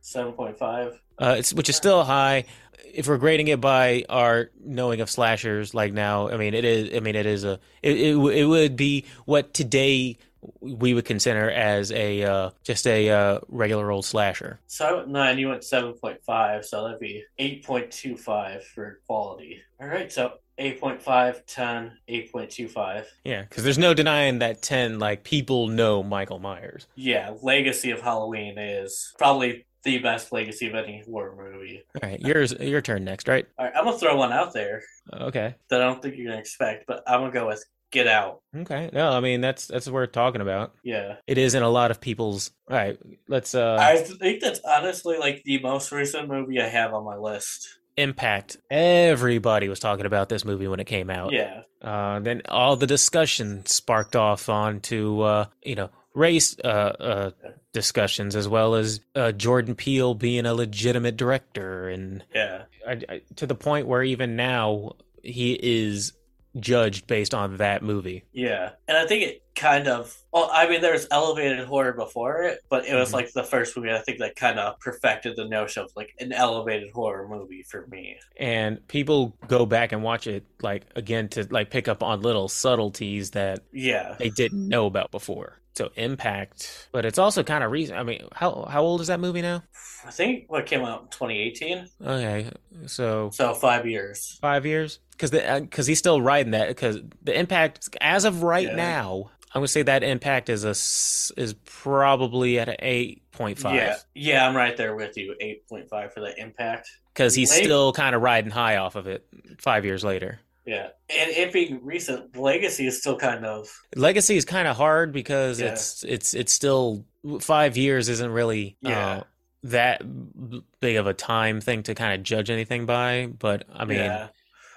Speaker 1: seven point five.
Speaker 2: uh, it's which is still high if we're grading it by our knowing of slashers like now i mean it is i mean it is a it, it, w- it would be what today we would consider as a uh, just a uh, regular old slasher
Speaker 1: So I went nine. You went seven point five. So that'd be eight point two five for quality. All right. So 8.5, 10, 8.25.
Speaker 2: yeah because there's no denying that 10 like people know michael myers
Speaker 1: Yeah, Legacy of Halloween is probably the best legacy of any horror movie.
Speaker 2: All right, yours your turn next, right?
Speaker 1: All right, I'm gonna throw one out there
Speaker 2: Okay.
Speaker 1: that I don't think you're gonna expect, but I'm gonna go with Get Out.
Speaker 2: Okay. No, I mean that's that's what we're talking about.
Speaker 1: Yeah,
Speaker 2: It is in a lot of people's. All right, let's uh
Speaker 1: I think that's honestly like the most recent movie I have on my list.
Speaker 2: impact. Everybody was talking about this movie when it came out.
Speaker 1: Yeah,
Speaker 2: Uh, then all the discussion sparked off onto uh, you know race uh, uh, discussions as well as uh, Jordan Peele being a legitimate director, and
Speaker 1: yeah,
Speaker 2: I, I, to the point where even now he is judged based on that movie.
Speaker 1: yeah. And I think it kind of. Well, I mean, there was elevated horror before it, but it was
Speaker 2: Mhm.
Speaker 1: like the first movie I think that kind of perfected the notion of like an elevated horror movie for me.
Speaker 2: And people go back and watch it like again to like pick up on little subtleties that
Speaker 1: Yeah,
Speaker 2: they
Speaker 1: Mm-hmm.
Speaker 2: didn't know about before. So impact, but it's also kind of recent. I mean, how how old is that movie now?
Speaker 1: I think what came out in 2018,
Speaker 2: Okay, so
Speaker 1: so five years.
Speaker 2: five years because because he's still riding that because the impact as of right
Speaker 1: Yeah.
Speaker 2: now i'm gonna say that impact is a s- is probably at an 8.5
Speaker 1: Yeah, yeah, I'm right there with you. 8.5 for the impact.
Speaker 2: because he's
Speaker 1: Wait.
Speaker 2: still kind of riding high off of it five years later
Speaker 1: Yeah, and it being recent, Legacy is still kind of
Speaker 2: legacy is kind of hard because
Speaker 1: Yeah.
Speaker 2: it's it's it's still five years isn't really
Speaker 1: Yeah.
Speaker 2: uh, that b- big of a time thing to kind of judge anything by but i mean
Speaker 1: yeah,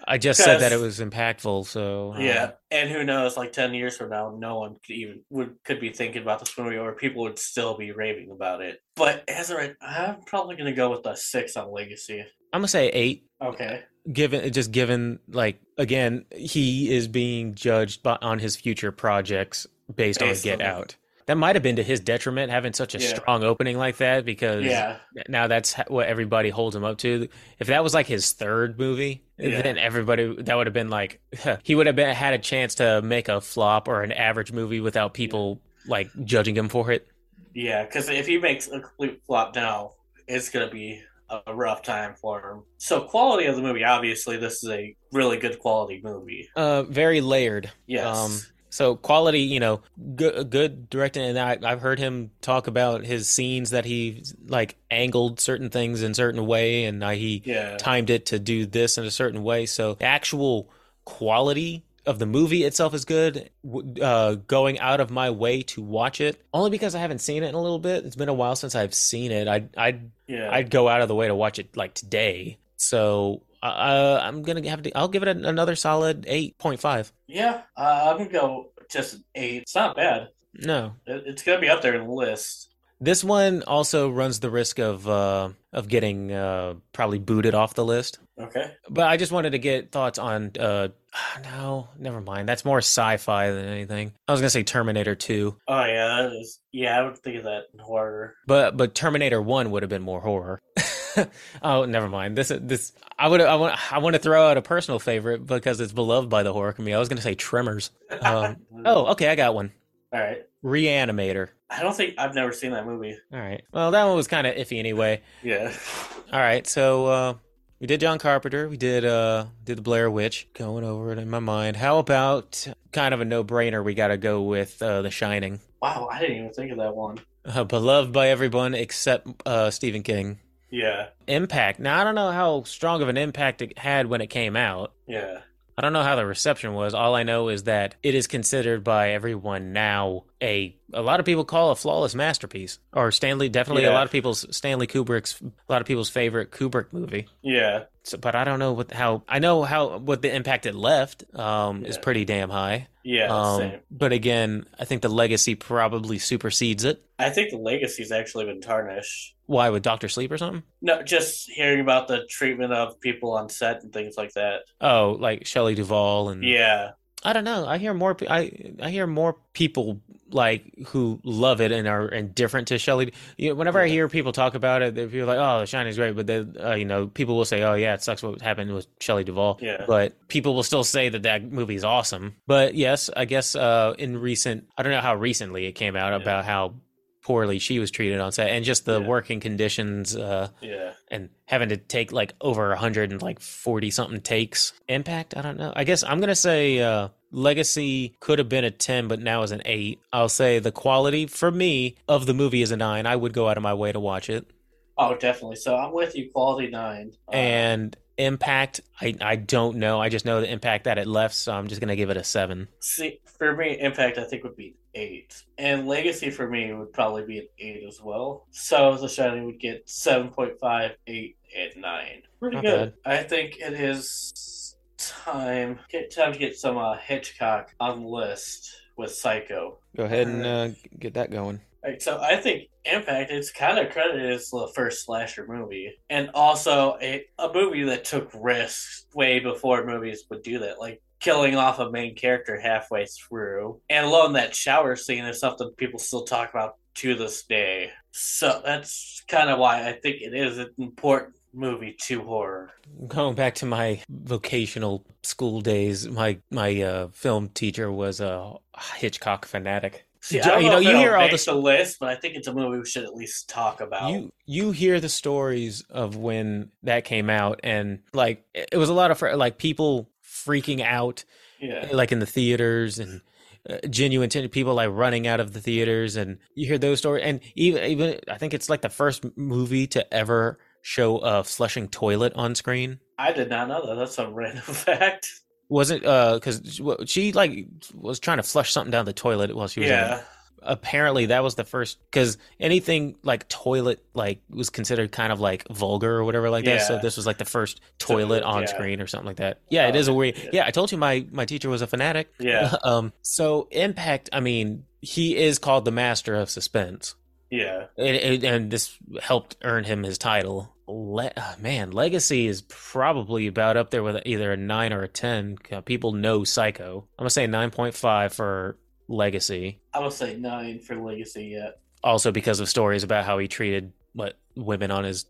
Speaker 2: i just said that it
Speaker 1: Because-
Speaker 2: was impactful so uh,
Speaker 1: yeah. And who knows? Like ten years from now, no one could even would could be thinking about this movie, or people would still be raving about it. But as of right, I'm probably gonna go with the six on Legacy.
Speaker 2: i'm gonna say eight
Speaker 1: Okay,
Speaker 2: given just given like again he is being judged by, on his future projects based
Speaker 1: Based
Speaker 2: on get
Speaker 1: on-
Speaker 2: out that might have been to his detriment having such a
Speaker 1: Yeah.
Speaker 2: strong opening like that because
Speaker 1: yeah,
Speaker 2: now that's ha- what everybody holds him up to if that was like his third movie
Speaker 1: Yeah.
Speaker 2: then everybody that would have been like he would have been had a chance to make a flop or an average movie without people like judging him for it
Speaker 1: yeah. Because if he makes a complete flop now, it's gonna be a- a rough time for him. So quality of the movie, obviously, this is a really good quality movie.
Speaker 2: uh very layered
Speaker 1: Yes.
Speaker 2: Um, So quality, you know, good, good directing, and I, I've heard him talk about his scenes that he like angled certain things in certain way, and uh, he
Speaker 1: yeah.
Speaker 2: timed it to do this in a certain way. So the actual quality of the movie itself is good. W- Uh, going out of my way to watch it only because I haven't seen it in a little bit. It's been a while since I've seen it. I I
Speaker 1: Yeah.
Speaker 2: I'd go out of the way to watch it like today. So uh, I'm gonna have to. I'll give it an- another solid eight point five.
Speaker 1: Yeah, uh, I'm gonna go just an eight. It's not bad.
Speaker 2: No,
Speaker 1: It, it's gonna be up there in the list.
Speaker 2: This one also runs the risk of uh, of getting uh, probably booted off the list.
Speaker 1: Okay.
Speaker 2: But I just wanted to get thoughts on. Uh, no, never mind. That's more sci-fi than anything. I was gonna say Terminator Two,
Speaker 1: Oh yeah, that is. Yeah, I would think of that in horror.
Speaker 2: but but Terminator One would have been more horror. oh, never mind. This this I would I want I want to throw out a personal favorite because it's beloved by the horror community. I was gonna say Tremors. Um,
Speaker 1: all
Speaker 2: Oh, okay, I got one.
Speaker 1: right.
Speaker 2: Reanimator.
Speaker 1: I don't think I've never seen that movie.
Speaker 2: All right. Well, that one was kind of iffy anyway.
Speaker 1: Yeah.
Speaker 2: All right, so uh, we did John Carpenter, we did uh, did the Blair Witch. Going over it in my mind. How about kind of a no brainer? We got to go with uh, The Shining,
Speaker 1: Wow, I didn't even think of that one.
Speaker 2: uh, beloved by everyone except uh, Stephen King.
Speaker 1: Yeah.
Speaker 2: Impact. Now I don't know how strong of an impact it had when it came out.
Speaker 1: Yeah.
Speaker 2: I don't know how the reception was. All I know is that it is considered by everyone now a a lot of people call a flawless masterpiece or Stanley definitely a
Speaker 1: Yeah.
Speaker 2: lot of people's Stanley Kubrick's a lot of people's favorite Kubrick movie.
Speaker 1: Yeah.
Speaker 2: So, but I don't know what how I know how what the impact it left um, is
Speaker 1: Yeah.
Speaker 2: pretty damn high.
Speaker 1: Yeah.
Speaker 2: um,
Speaker 1: same.
Speaker 2: but again, I think the legacy probably supersedes it.
Speaker 1: I think the legacy's actually been tarnished.
Speaker 2: Why with Doctor Sleep or something?
Speaker 1: No, just hearing about the treatment of people on set and things like that.
Speaker 2: Oh, like Shelley Duvall and
Speaker 1: Yeah.
Speaker 2: I don't know. I hear more. pe- I I hear more people like who love it and are indifferent to Shelley. You know, whenever I
Speaker 1: Yeah.
Speaker 2: hear people talk about it, they people are like, "Oh, The Shining's great," but then uh, you know, people will say, "Oh yeah, it sucks what happened with Shelley Duvall."
Speaker 1: Yeah.
Speaker 2: But people will still say that that movie is awesome. But yes, I guess uh, in recent, I don't know how recently it came out
Speaker 1: Yeah.
Speaker 2: about how poorly she was treated on set and just the
Speaker 1: Yeah.
Speaker 2: working conditions uh,
Speaker 1: Yeah.
Speaker 2: and having to take like over a hundred and like forty something takes. Impact, I don't know. I guess I'm gonna say uh Legacy could have been a ten, but now is an eight. I'll say the quality for me of the movie is a nine. I would go out of my way to watch it.
Speaker 1: Oh, definitely. So I'm with you. Quality nine. Uh,
Speaker 2: and impact I, I don't know i just know the impact that it left so i'm just gonna give it a seven
Speaker 1: see, for me, impact I think would be eight, and legacy for me would probably be an eight as well. So the shining would get seven point five, eight, and nine. Pretty
Speaker 2: Not
Speaker 1: good. I think it is time get time to get some uh, Hitchcock on the list with Psycho.
Speaker 2: go ahead and uh, get that going
Speaker 1: Right, so I think Impact it's kind of credited as the first slasher movie, and also a, a movie that took risks way before movies would do that, like killing off a main character halfway through, and alone that shower scene is something people still talk about to this day. So that's kind of why I think it is an important movie to horror.
Speaker 2: going back to my vocational school days my my uh, film teacher was a hitchcock fanatic
Speaker 1: See, I
Speaker 2: Jo-
Speaker 1: don't
Speaker 2: you
Speaker 1: know,
Speaker 2: know,
Speaker 1: if
Speaker 2: you
Speaker 1: it'll
Speaker 2: hear all
Speaker 1: make
Speaker 2: this-
Speaker 1: the list, but I think it's a movie we should at least talk about.
Speaker 2: You you hear the stories of when that came out, and like it it was a lot of fr- like people freaking out,
Speaker 1: yeah.
Speaker 2: like in the theaters, and uh, genuine t- people like running out of the theaters, and you hear those stories, and even even I think it's like the first movie to ever show a flushing toilet on screen.
Speaker 1: I did not know that. That's a random fact.
Speaker 2: Wasn't uh because she like was trying to flush something down the toilet while she was in the
Speaker 1: yeah.
Speaker 2: apparently that was the first because anything like toilet like was considered kind of like vulgar or whatever like that so
Speaker 1: Yeah.
Speaker 2: this was like the first toilet on
Speaker 1: yeah.
Speaker 2: screen or something like that yeah it
Speaker 1: Oh,
Speaker 2: is a weird
Speaker 1: yeah.
Speaker 2: yeah i told you my my teacher was a fanatic
Speaker 1: Yeah.
Speaker 2: um so impact i mean he is called the master of suspense
Speaker 1: Yeah.
Speaker 2: and, and, and this helped earn him his title Le- ah, man legacy is probably about up there with either a 9 or a 10 Uh, people know psycho i'm gonna say 9.5 for legacy
Speaker 1: I would say nine for Legacy yet.
Speaker 2: also because of stories about how he treated what women on his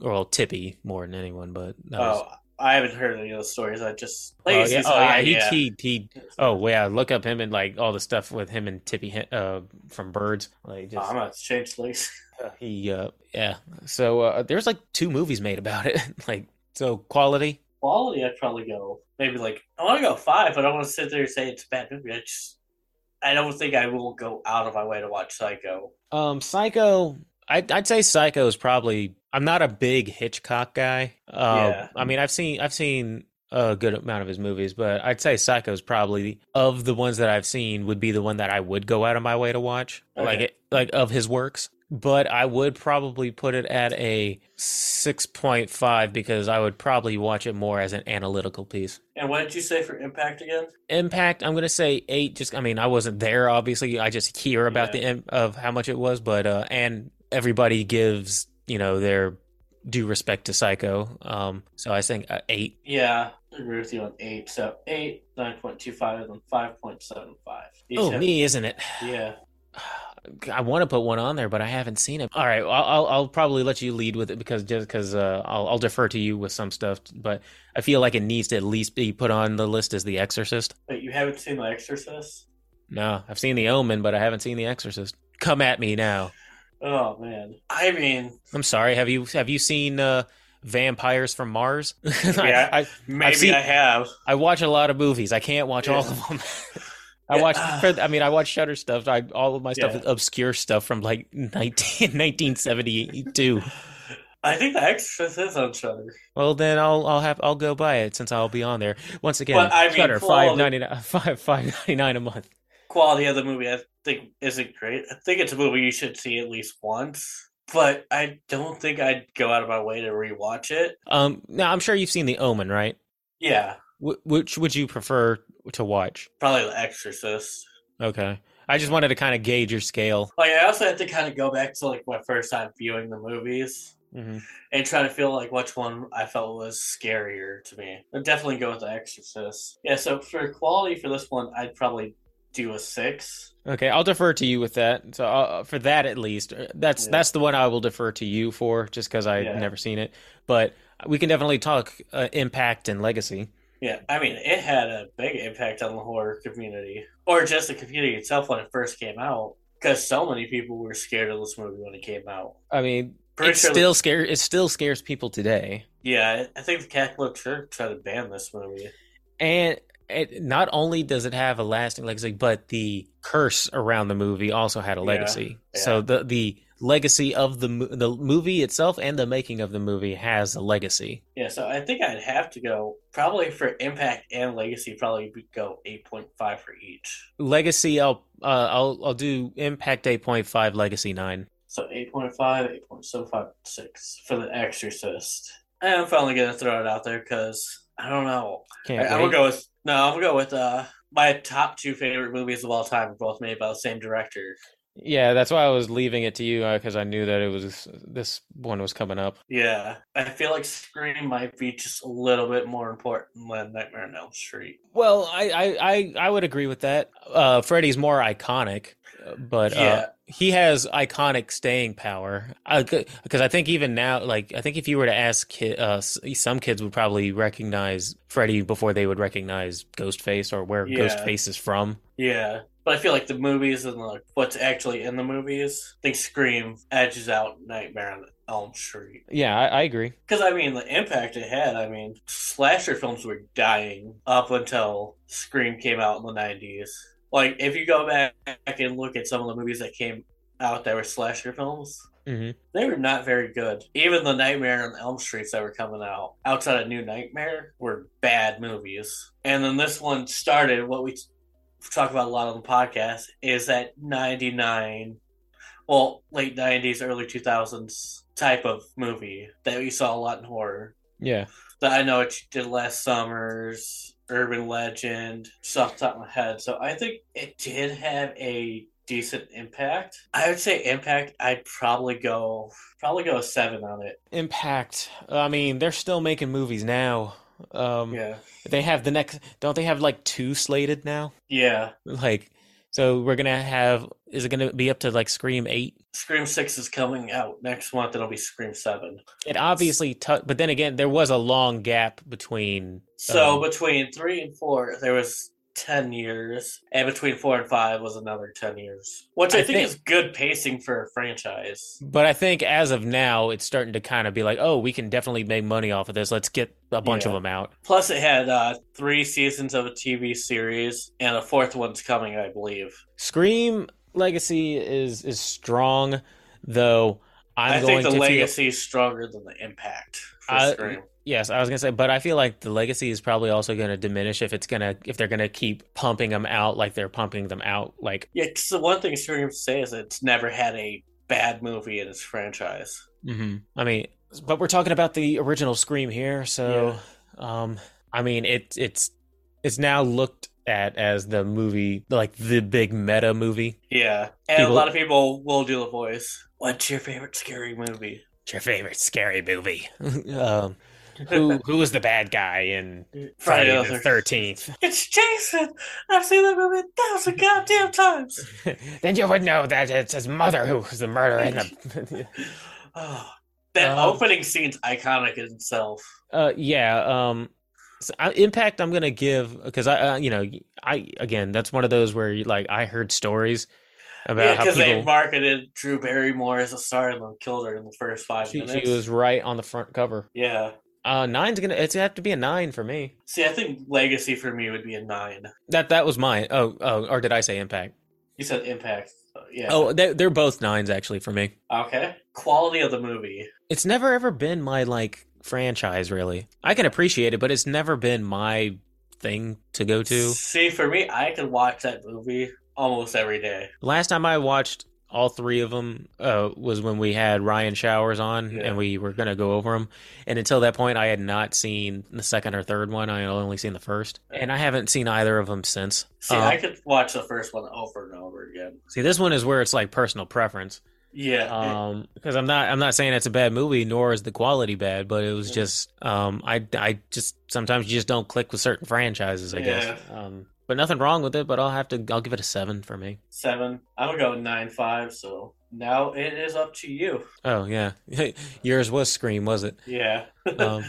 Speaker 2: or well, Tippy more than anyone, but that was,
Speaker 1: Oh, I haven't heard any of those stories. I just
Speaker 2: oh yeah,
Speaker 1: Legacy's
Speaker 2: oh, yeah,
Speaker 1: high,
Speaker 2: he,
Speaker 1: yeah.
Speaker 2: he he oh yeah, look up him and like all the stuff with him and Tippy uh, from Birds, like
Speaker 1: Oh,
Speaker 2: just
Speaker 1: I'm gonna change Legacy.
Speaker 2: he uh, yeah. So uh, there's like two movies made about it, like so quality.
Speaker 1: Quality, I'd probably go maybe like I want to go five, but I don't want to sit there and say it's a bad movie. I just I don't think I will go out of my way to watch Psycho.
Speaker 2: Um, Psycho. I'd, I'd say Psycho is probably. I'm not a big Hitchcock guy. Uh,
Speaker 1: Yeah.
Speaker 2: I mean, I've seen I've seen a good amount of his movies, but I'd say Psycho is probably of the ones that I've seen would be the one that I would go out of my way to watch. Like
Speaker 1: Okay.
Speaker 2: it, like of his works. But I would probably put it at a six point five because I would probably watch it more as an analytical piece.
Speaker 1: And what did you say for Impact again?
Speaker 2: Impact, I'm gonna say eight. Just, I mean, I wasn't there, obviously. I just hear about
Speaker 1: Yeah.
Speaker 2: the im- of how much it was, but uh, and everybody gives you know their due respect to Psycho. Um, so I think uh, eight.
Speaker 1: Yeah, I agree with you on eight. So eight, nine point two five, and then five point seven five.
Speaker 2: Oh, me, isn't it?
Speaker 1: Yeah.
Speaker 2: I want to put one on there, but I haven't seen it. All right, I'll I'll, I'll probably let you lead with it because just because uh, I'll I'll defer to you with some stuff, but I feel like it needs to at least be put on the list as The Exorcist.
Speaker 1: But you haven't seen The Exorcist?
Speaker 2: No, I've seen The Omen, but I haven't seen The Exorcist. Come at me now.
Speaker 1: Oh man. I mean,
Speaker 2: I'm sorry. Have you have you seen uh, Vampires from Mars?
Speaker 1: Yeah.
Speaker 2: I, I,
Speaker 1: maybe
Speaker 2: seen-
Speaker 1: I have.
Speaker 2: I watch a lot of movies. I can't watch all
Speaker 1: Yeah.
Speaker 2: of them. I
Speaker 1: Yeah.
Speaker 2: watch. I mean, I watch Shutter stuff. I all of my stuff
Speaker 1: Yeah.
Speaker 2: is obscure stuff from like 19, 1972.
Speaker 1: I think The Exorcist is on Shudder.
Speaker 2: Well, then I'll I'll have I'll go buy it since I'll be on there once again.
Speaker 1: But I mean,
Speaker 2: Shutter
Speaker 1: for all
Speaker 2: five
Speaker 1: of
Speaker 2: ninety nine five five ninety nine a month.
Speaker 1: Quality of the movie, I think, isn't great. I think it's a movie you should see at least once, but I don't think I'd go out of my way to rewatch it.
Speaker 2: Um, now I'm sure you've seen The Omen, right?
Speaker 1: Yeah,
Speaker 2: Wh- which would you prefer to watch?
Speaker 1: probably The Exorcist.
Speaker 2: Okay, I just wanted to kind of gauge your scale.
Speaker 1: Like, I also had to kind of go back to like my first time viewing the movies
Speaker 2: hmm
Speaker 1: and try to feel like which one I felt was scarier to me. I'd definitely go with The Exorcist. Yeah, so for quality for this one, I'd probably do a six.
Speaker 2: Okay, I'll defer to you with that. So uh, for that, at least, uh, that's
Speaker 1: Yeah.
Speaker 2: that's the one I will defer to you for, just because I've
Speaker 1: Yeah.
Speaker 2: never seen it. But we can definitely talk uh, impact and legacy.
Speaker 1: Yeah, I mean, it had a big impact on the horror community, or just the community itself when it first came out, because so many people were scared of this movie when it came out.
Speaker 2: I mean,
Speaker 1: Pretty
Speaker 2: it
Speaker 1: sure-
Speaker 2: still scares it still scares people today,
Speaker 1: Yeah, I I think the Catholic Church tried to ban this movie.
Speaker 2: and it not only does it have a lasting legacy, but the curse around the movie also had a
Speaker 1: Yeah.
Speaker 2: legacy. So the the legacy of the mo- the movie itself and the making of the movie has a legacy.
Speaker 1: Yeah, so I think I'd have to go probably for Impact and Legacy. Probably would go eight point five for each.
Speaker 2: Legacy, I'll uh, I'll I'll do Impact eight point five, Legacy nine.
Speaker 1: So 8.5, 8.756 for the Exorcist. And I'm finally gonna throw it out there because I don't know.
Speaker 2: Can't
Speaker 1: I,
Speaker 2: wait.
Speaker 1: I'm gonna go with no. I'm gonna go with uh my top two favorite movies of all time, were both made by the same director.
Speaker 2: Yeah, that's why I was leaving it to you because I knew that it was this one was coming up.
Speaker 1: Yeah, I feel like Scream might be just a little bit more important than Nightmare on Elm Street.
Speaker 2: Well, I I I, I would agree with that. Uh, Freddy's more iconic, but uh,
Speaker 1: Yeah.
Speaker 2: he has iconic staying power. Because I think even now, like I think if you were to ask ki- uh, s- some kids would probably recognize Freddy before they would recognize Ghostface or where
Speaker 1: Yeah.
Speaker 2: Ghostface is from.
Speaker 1: Yeah, but I feel like the movies and like what's actually in the movies, I think Scream edges out Nightmare on Elm Street.
Speaker 2: Yeah, I, I agree.
Speaker 1: Because I mean, the impact it had. I mean, slasher films were dying up until Scream came out in the nineties. Like, if you go back and look at some of the movies that came out that were slasher films,
Speaker 2: hmm
Speaker 1: they were not very good. Even the Nightmare on Elm Streets that were coming out outside of New Nightmare were bad movies. And then this one started what we talk about a lot on the podcast is that 99, well, late 90s, early 2000s type of movie that we saw a lot in horror.
Speaker 2: Yeah,
Speaker 1: That I know what you did last summer's urban legend, just off the top of my head. So I think it did have a decent impact. I would say impact. I'd probably go probably go a seven on it.
Speaker 2: Impact. I mean, they're still making movies now. Um,
Speaker 1: Yeah,
Speaker 2: They have the next. Don't they have like two slated now?
Speaker 1: yeah.
Speaker 2: Like, so we're gonna have. Is it gonna be up to like Scream Eight?
Speaker 1: Scream Six is coming out next month. It'll be Scream Seven.
Speaker 2: It obviously, tou- but then again, there was a long gap between.
Speaker 1: So
Speaker 2: um,
Speaker 1: between three and four, there was ten years, and between four and five was another ten years, which I,
Speaker 2: I
Speaker 1: think,
Speaker 2: think-
Speaker 1: is good pacing for a franchise.
Speaker 2: but I think as of now, it's starting to kind of be like, oh, we can definitely make money off of this. Let's get a bunch of
Speaker 1: Yeah.
Speaker 2: them out.
Speaker 1: Plus, it had uh, three seasons of a TV series, and a fourth one's coming, I believe.
Speaker 2: Scream Legacy is is strong, though. I'm
Speaker 1: i
Speaker 2: going
Speaker 1: think the
Speaker 2: to feel-
Speaker 1: legacy is stronger than the impact. For
Speaker 2: I-
Speaker 1: Scream.
Speaker 2: Yes, I was gonna say, but I feel like the legacy is probably also gonna diminish if it's gonna if they're gonna keep pumping them out like they're pumping them out. Like,
Speaker 1: Yeah, 'cause the one thing Scream say is it's never had a bad movie in its franchise.
Speaker 2: I mean, but we're talking about the original Scream here, so um, I mean, it it's it's now looked at as the movie like the big meta movie.
Speaker 1: Yeah, and
Speaker 2: People-
Speaker 1: a lot of people will do the voice. What's your favorite scary movie?
Speaker 2: It's your favorite scary movie. um, who who was the bad guy in Friday, the Thirteenth?
Speaker 1: It's Jason. I've seen that movie a thousand goddamn times.
Speaker 2: then you would know that it's his mother who was the murderer. In the...
Speaker 1: Oh, that
Speaker 2: Um,
Speaker 1: opening scene's iconic in itself.
Speaker 2: Uh, yeah. Um, so I, impact. I'm gonna give because I, uh, you know, I again, that's one of those where you, like I heard stories about
Speaker 1: Yeah,
Speaker 2: how
Speaker 1: because
Speaker 2: people.
Speaker 1: they marketed Drew Barrymore as a star and then killed her in the first five
Speaker 2: she,
Speaker 1: minutes.
Speaker 2: she was right on the front cover.
Speaker 1: Yeah.
Speaker 2: Uh, nine's gonna. It's gonna have to be a nine for me.
Speaker 1: See, I think Legacy for me would be a nine.
Speaker 2: That that was mine. Oh, oh, or did I say impact?
Speaker 1: You said Impact. so Yeah.
Speaker 2: Oh, they, they're both nines actually for me.
Speaker 1: Okay. Quality of the movie.
Speaker 2: It's never ever been my like franchise really. I can appreciate it, but it's never been my thing to go to.
Speaker 1: See, for me, I could watch that movie almost every day.
Speaker 2: Last time I watched all three of them uh, was when we had Ryan Showers on
Speaker 1: Yeah.
Speaker 2: and we were going to go over them. And until that point, I had not seen the second or third one. I had only seen the first. And I haven't seen either of them since.
Speaker 1: See,
Speaker 2: Uh,
Speaker 1: I could watch the first one over and over again.
Speaker 2: see, this one is where it's like personal preference.
Speaker 1: Yeah.
Speaker 2: Um, because I'm not, I'm not saying it's a bad movie, nor is the quality bad, but it was
Speaker 1: Yeah.
Speaker 2: just, um, I, I just sometimes you just don't click with certain franchises, I guess. Um, but nothing wrong with it. But I'll have to, I'll give it a seven for me.
Speaker 1: Seven. I'm going to go nine five. So now it is up to you.
Speaker 2: Oh yeah, yours was Scream, was it?
Speaker 1: Yeah.
Speaker 2: Um,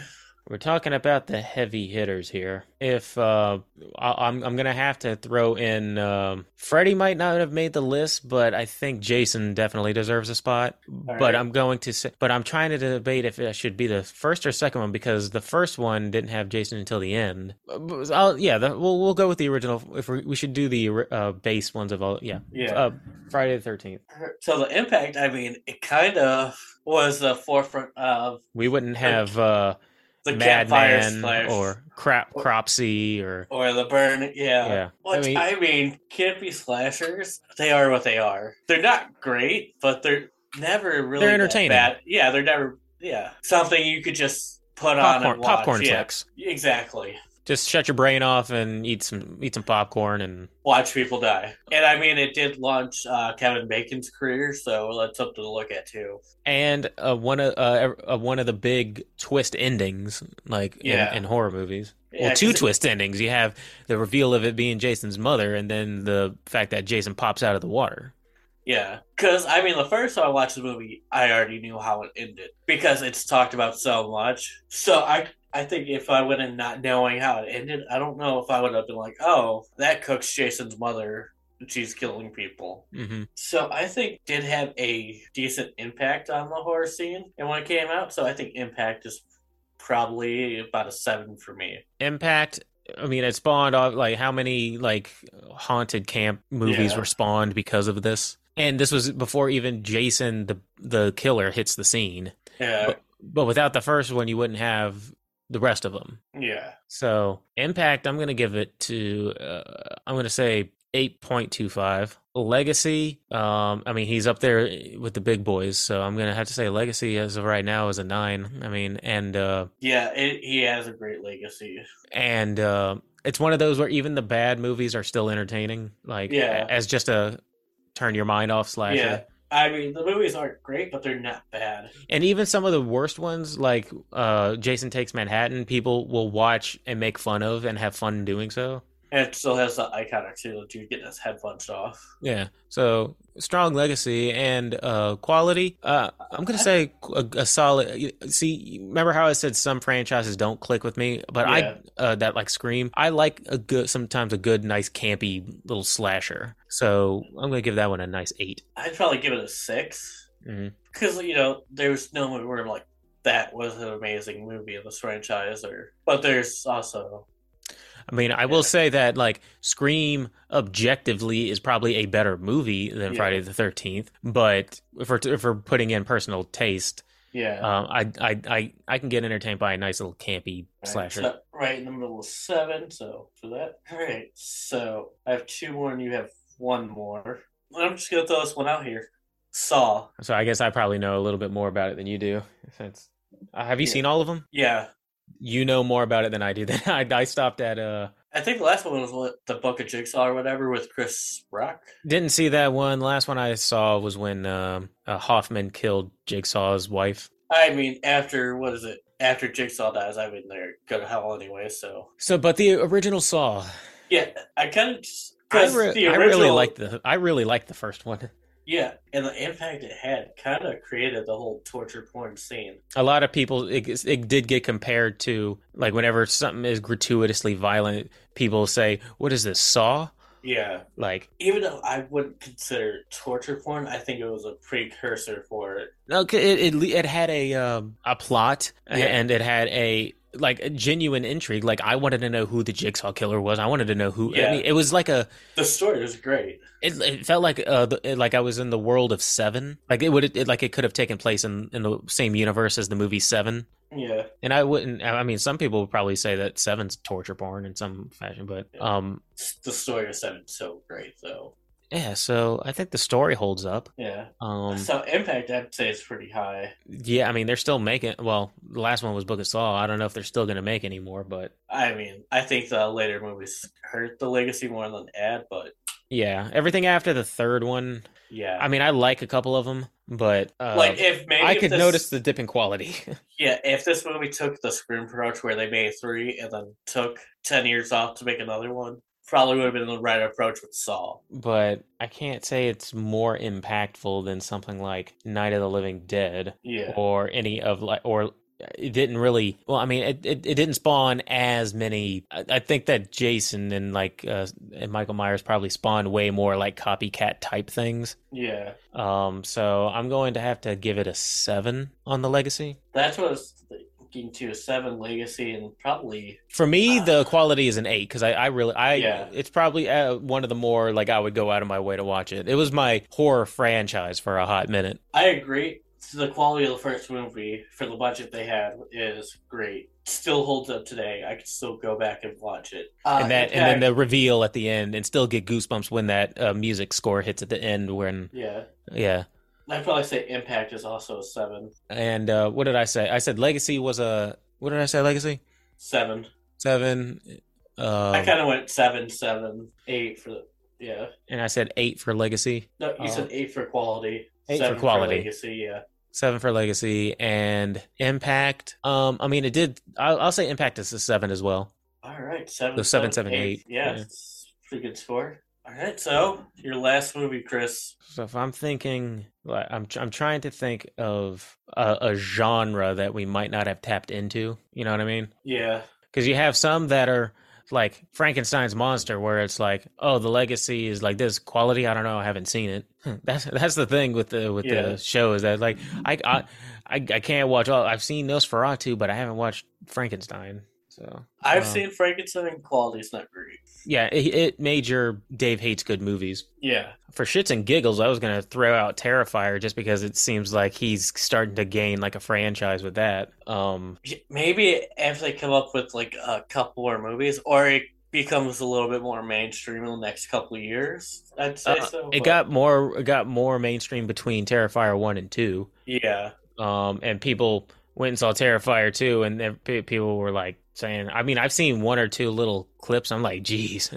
Speaker 2: We're talking about the heavy hitters here. If uh, I, am I'm gonna have to throw in um, Freddie might not have made the list, but I think Jason definitely deserves a spot.
Speaker 1: All
Speaker 2: But
Speaker 1: right.
Speaker 2: I'm going to say, but I'm trying to debate if it should be the first or second one because the first one didn't have Jason until the end. Uh, But I'll, yeah, the, we'll we'll go with the original. If we, we should do the ori- uh, base ones of all, yeah,
Speaker 1: Yeah.
Speaker 2: uh, Friday the Thirteenth.
Speaker 1: so the impact, I mean, it kind of was the forefront of
Speaker 2: We wouldn't have uh,
Speaker 1: the campfire
Speaker 2: Madman
Speaker 1: slash
Speaker 2: or Crap Cropsy or
Speaker 1: or the burn. Yeah.
Speaker 2: yeah. I
Speaker 1: Which
Speaker 2: mean-
Speaker 1: I mean, campy slashers, they are what they are. They're not great, but they're never really
Speaker 2: They're
Speaker 1: that
Speaker 2: entertaining.
Speaker 1: bad. Yeah, they're never yeah. Something you could just put on
Speaker 2: popcorn,
Speaker 1: and watch.
Speaker 2: popcorn
Speaker 1: yeah.
Speaker 2: flicks.
Speaker 1: Exactly.
Speaker 2: Just shut your brain off and eat some eat some popcorn and
Speaker 1: Watch people die. And I mean it did launch uh, Kevin Bacon's career, so that's something to look at too.
Speaker 2: and uh, one of uh, uh, one of the big twist endings like
Speaker 1: Yeah.
Speaker 2: in, in horror movies.
Speaker 1: Yeah,
Speaker 2: well, two
Speaker 1: 'cause it-
Speaker 2: twist endings. You have the reveal of it being Jason's mother, and then the fact that Jason pops out of the water.
Speaker 1: Yeah, because I mean, the first time I watched the movie, I already knew how it ended because it's talked about so much. So I, I think if I went in not knowing how it ended, I don't know if I would have been like, "Oh, that cook's Jason's mother. She's killing people."
Speaker 2: hmm
Speaker 1: So I think it did have a decent impact on the horror scene, and when it came out, so I think impact is probably about a seven for me.
Speaker 2: Impact. I mean, it spawned off like how many like haunted camp movies
Speaker 1: Yeah.
Speaker 2: were spawned because of this. And this was before even Jason the the killer hits the scene.
Speaker 1: Yeah,
Speaker 2: But without the first one, you wouldn't have the rest of them.
Speaker 1: yeah,
Speaker 2: So impact, I'm gonna give it to. Uh, I'm gonna say eight point two five. Legacy, um, I mean, he's up there with the big boys, so I'm gonna have to say Legacy as of right now is a nine. I mean, and uh,
Speaker 1: yeah. It, he has a great legacy.
Speaker 2: and uh, it's one of those where even the bad movies are still entertaining, like
Speaker 1: Yeah.
Speaker 2: a- as just a turn your mind off slasher.
Speaker 1: Yeah. I mean, the movies aren't great, but they're not bad.
Speaker 2: And even some of the worst ones, like uh, Jason Takes Manhattan, people will watch and make fun of and have fun doing so.
Speaker 1: And it still has that iconic too, the dude getting his head punched off.
Speaker 2: Yeah. So strong legacy and uh, quality. Uh, I'm gonna say a, a solid. See, remember how I said some franchises don't click with me, but
Speaker 1: Yeah.
Speaker 2: I uh, that like Scream. I like a good sometimes a good nice campy little slasher. So I'm gonna give that one a nice 8
Speaker 1: I'd probably give it a six
Speaker 2: Mhm.
Speaker 1: because you know there's no movie where I'm like that was an amazing movie of this franchise, or but there's also
Speaker 2: I mean, I
Speaker 1: Yeah.
Speaker 2: will say that like Scream objectively is probably a better movie than
Speaker 1: Yeah.
Speaker 2: Friday the Thirteenth, but if we're if we're putting in personal taste,
Speaker 1: yeah,
Speaker 2: um, I I I I can get entertained by a nice little campy
Speaker 1: Right,
Speaker 2: slasher.
Speaker 1: so- right in the middle of seven. So for that, all right. So I have two more, and you have one more. I'm just gonna throw this one out here. Saw,
Speaker 2: So I guess I probably know a little bit more about it than you do. Since uh, have you
Speaker 1: Yeah.
Speaker 2: seen all of them?
Speaker 1: yeah.
Speaker 2: You know more about it than I do. Then I, I stopped at uh
Speaker 1: I think the last one was what, the Book of Jigsaw or whatever with Chris Rock.
Speaker 2: didn't see that one. Last one I saw was when um, uh, Hoffman killed Jigsaw's wife.
Speaker 1: I mean, after what is it? After Jigsaw dies, I mean, they're go to hell anyway. So
Speaker 2: So, but the original Saw,
Speaker 1: yeah, I kind of
Speaker 2: I,
Speaker 1: because
Speaker 2: re-
Speaker 1: the
Speaker 2: I
Speaker 1: original,
Speaker 2: really like the I really like the first one.
Speaker 1: yeah, and the impact it had kind of created the whole torture porn scene.
Speaker 2: A lot of people it, gets- it did get compared to like whenever something is gratuitously violent, people say, "What is this Saw?"
Speaker 1: Yeah,
Speaker 2: Like
Speaker 1: even though I wouldn't consider it torture porn, I think it was a precursor for it.
Speaker 2: No, 'cause it it, le- it had a um, a plot
Speaker 1: Yeah.
Speaker 2: and it had a like a genuine intrigue. Like I wanted to know who the Jigsaw killer was. I wanted to know who.
Speaker 1: Yeah.
Speaker 2: I mean, it was like a
Speaker 1: The story was great.
Speaker 2: it, it felt like uh the, it- like I was in the world of Seven. Like it would it, like it could have taken place in in the same universe as the movie Seven.
Speaker 1: Yeah,
Speaker 2: And I wouldn't. I I mean, some people would probably say that Seven's torture porn in some fashion, but
Speaker 1: Yeah.
Speaker 2: um,
Speaker 1: s- the story was seven so great though.
Speaker 2: yeah. So I think the story holds up.
Speaker 1: Yeah,
Speaker 2: Um,
Speaker 1: so impact I'd say is pretty high.
Speaker 2: yeah. I mean, they're still making. Well, the last one was Book of Saw. I don't know if they're still going to make any more, but
Speaker 1: I mean, I think the later movies hurt the legacy more than add, but
Speaker 2: Yeah, everything after the third one.
Speaker 1: yeah.
Speaker 2: I mean, I like a couple of them, but uh,
Speaker 1: like if maybe
Speaker 2: I
Speaker 1: if
Speaker 2: could
Speaker 1: this-
Speaker 2: notice the dip in quality.
Speaker 1: yeah if this movie took the screen approach where they made three and then took 10 years off to make another one probably would have been the right approach with saw
Speaker 2: but I can't say it's more impactful than something like Night of the Living Dead
Speaker 1: yeah
Speaker 2: or any of like or it didn't really well i mean it, it, it didn't spawn as many I, I think that jason and like uh, and michael myers probably spawned way more like copycat type things
Speaker 1: Yeah,
Speaker 2: um so i'm going to have to give it a seven on the legacy
Speaker 1: that's what I was thinking too. Seven Legacy and probably
Speaker 2: for me
Speaker 1: Ah.
Speaker 2: the quality is an eight because I, I really i
Speaker 1: Yeah.
Speaker 2: it's probably uh, one of the more like i would go out of my way to watch it it was my horror franchise for a hot minute
Speaker 1: I agree. The quality of the first movie for the budget they had is great. Still holds up today. I can still go back and watch it. Uh,
Speaker 2: and that and then the reveal at the end and still get goosebumps when that uh, music score hits at the end when
Speaker 1: the yeah,
Speaker 2: yeah
Speaker 1: I'd probably say Impact is also a seven.
Speaker 2: and uh, what did i say i said legacy was a what did i say legacy
Speaker 1: Seven.
Speaker 2: seven um,
Speaker 1: I kind of went seven, seven, eight for the yeah.
Speaker 2: and i said eight for legacy
Speaker 1: No, you
Speaker 2: Oh.
Speaker 1: said eight for quality.
Speaker 2: Eight for
Speaker 1: seven
Speaker 2: quality.
Speaker 1: legacy, yeah.
Speaker 2: seven for legacy and impact um i mean it did i'll, I'll say impact is a seven as well
Speaker 1: All right, seven.
Speaker 2: So seven, seven, eight,
Speaker 1: Yeah,
Speaker 2: yeah.
Speaker 1: it's pretty good score. All right, so your last movie, Chris.
Speaker 2: so if i'm thinking like i'm, tr- I'm trying to think of a, a genre that we might not have tapped into you know what i mean
Speaker 1: Yeah,
Speaker 2: because you have some that are like Frankenstein's monster, where it's like, oh, the legacy is like this quality. I don't know, I haven't seen it. That's that's the thing with the with
Speaker 1: Yeah.
Speaker 2: the show is that like I I I, I can't watch all. I've seen Nosferatu, but I haven't watched Frankenstein. So
Speaker 1: I've
Speaker 2: uh,
Speaker 1: seen Frankenstein. Quality's not great.
Speaker 2: Yeah, it, it made your Dave hates good movies.
Speaker 1: Yeah,
Speaker 2: For shits and giggles, I was gonna throw out Terrifier just because it seems like he's starting to gain like a franchise with that. Um,
Speaker 1: maybe if they come up with like a couple more movies, or it becomes a little bit more mainstream in the next couple of years, I'd say
Speaker 2: Uh,
Speaker 1: so.
Speaker 2: it
Speaker 1: but-
Speaker 2: got more it got more mainstream between Terrifier one and two.
Speaker 1: yeah,
Speaker 2: um, and people went and saw Terrifier too, and then pe- people were like saying, I mean, I've seen one or two little clips. I'm like, geez,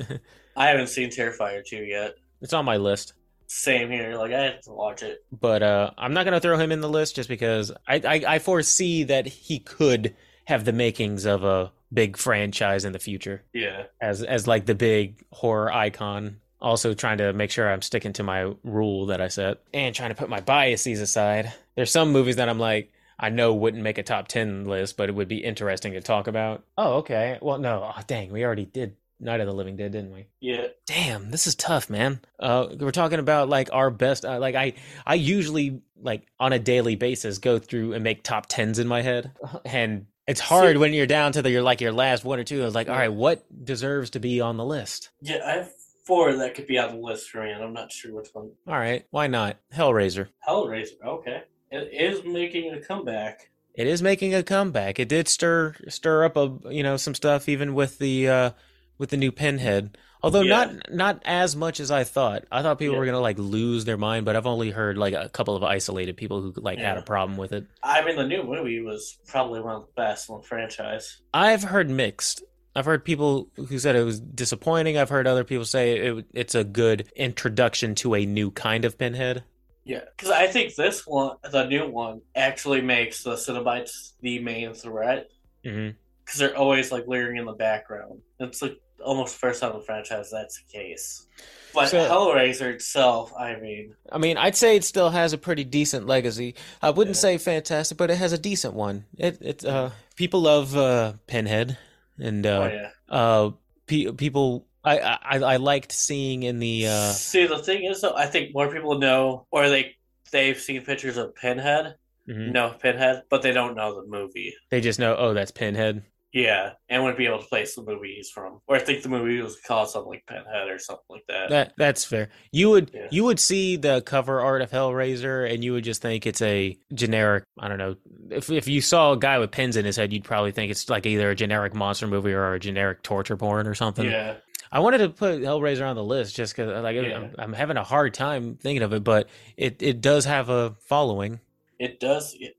Speaker 1: I haven't seen Terrifier two yet.
Speaker 2: it's on my list.
Speaker 1: Same here. Like I have to watch it.
Speaker 2: But uh, I'm not gonna throw him in the list just because I, I I foresee that he could have the makings of a big franchise in the future
Speaker 1: Yeah.
Speaker 2: as as like the big horror icon. Also trying to make sure I'm sticking to my rule that I set and trying to put my biases aside. There's some movies that I'm like I know wouldn't make a top 10 list, but it would be interesting to talk about. Oh, okay. Well, no. Oh, dang. We already did Night of the Living Dead, didn't we?
Speaker 1: Yeah.
Speaker 2: Damn, this is tough, man. Uh we're talking about like our best uh, like I I usually like on a daily basis go through and make top 10s in my head and it's hard when you're down to the, your like your last one or two. I was like, all right, what deserves to be on the list?
Speaker 1: Yeah, I have four that could be on the list for me, and I'm not sure which one.
Speaker 2: All right, why not Hellraiser?
Speaker 1: Hellraiser, okay. It is making a comeback.
Speaker 2: It is making a comeback. It did stir stir up a you know some stuff even with the uh with the new Pinhead. Although
Speaker 1: Yeah.
Speaker 2: not not as much as I thought. I thought people
Speaker 1: Yeah.
Speaker 2: were gonna like lose their mind, but I've only heard like a couple of isolated people who like had
Speaker 1: Yeah.
Speaker 2: a problem with it.
Speaker 1: I mean, the new movie was probably one of the best in the franchise.
Speaker 2: I've heard mixed. I've heard people who said it was disappointing. I've heard other people say it, it's a good introduction to a new kind of Pinhead.
Speaker 1: Yeah, because I think this one, the new one, actually makes the Cenobites the main threat Mm-hmm.
Speaker 2: hmm
Speaker 1: because they're always like leering in the background. It's like almost the first time in the franchise that's the case. But
Speaker 2: So-
Speaker 1: Hellraiser itself, I mean,
Speaker 2: I mean, I'd say it still has a pretty decent legacy. I wouldn't
Speaker 1: Yeah.
Speaker 2: say fantastic, but it has a decent one. It it uh people love uh Pinhead and
Speaker 1: oh
Speaker 2: uh
Speaker 1: yeah.
Speaker 2: uh pe- people I, I I liked seeing in the uh
Speaker 1: See, the thing is, though, I think more people know, or they they've seen pictures of Pinhead,
Speaker 2: Mm-hmm.
Speaker 1: no Pinhead, but they don't know the movie.
Speaker 2: they just know oh that's Pinhead.
Speaker 1: Yeah, and would be able to place the movie he's from, or I think the movie was called something like Pinhead or something like that.
Speaker 2: That that's fair. You would
Speaker 1: Yeah.
Speaker 2: you would see the cover art of Hellraiser and you would just think it's a generic. I don't know. If if you saw a guy with pins in his head, you'd probably think it's like either a generic monster movie or a generic torture porn or something.
Speaker 1: yeah,
Speaker 2: I wanted to put Hellraiser on the list just because like
Speaker 1: Yeah.
Speaker 2: I'm, I'm having a hard time thinking of it, but it it does have a following.
Speaker 1: it does. It,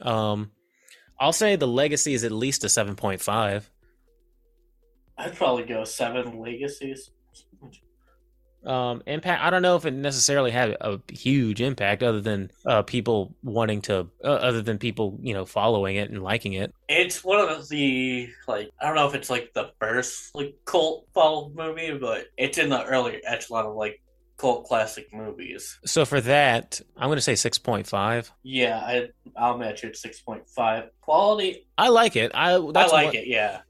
Speaker 2: Um, I'll say the legacy is at least a seven point five.
Speaker 1: I'd probably go seven legacies.
Speaker 2: um impact i don't know if it necessarily had a huge impact other than uh people wanting to uh, other than people you know following it and liking it
Speaker 1: It's one of the like I don't know if it's like the first like cult follow movie, but it's in the early echelon of like cult classic movies.
Speaker 2: So for that, I'm going to say 6.5.
Speaker 1: Yeah, I I'll match it six point five. Quality,
Speaker 2: I like it. I
Speaker 1: I
Speaker 2: that's
Speaker 1: like
Speaker 2: one,
Speaker 1: it. Yeah,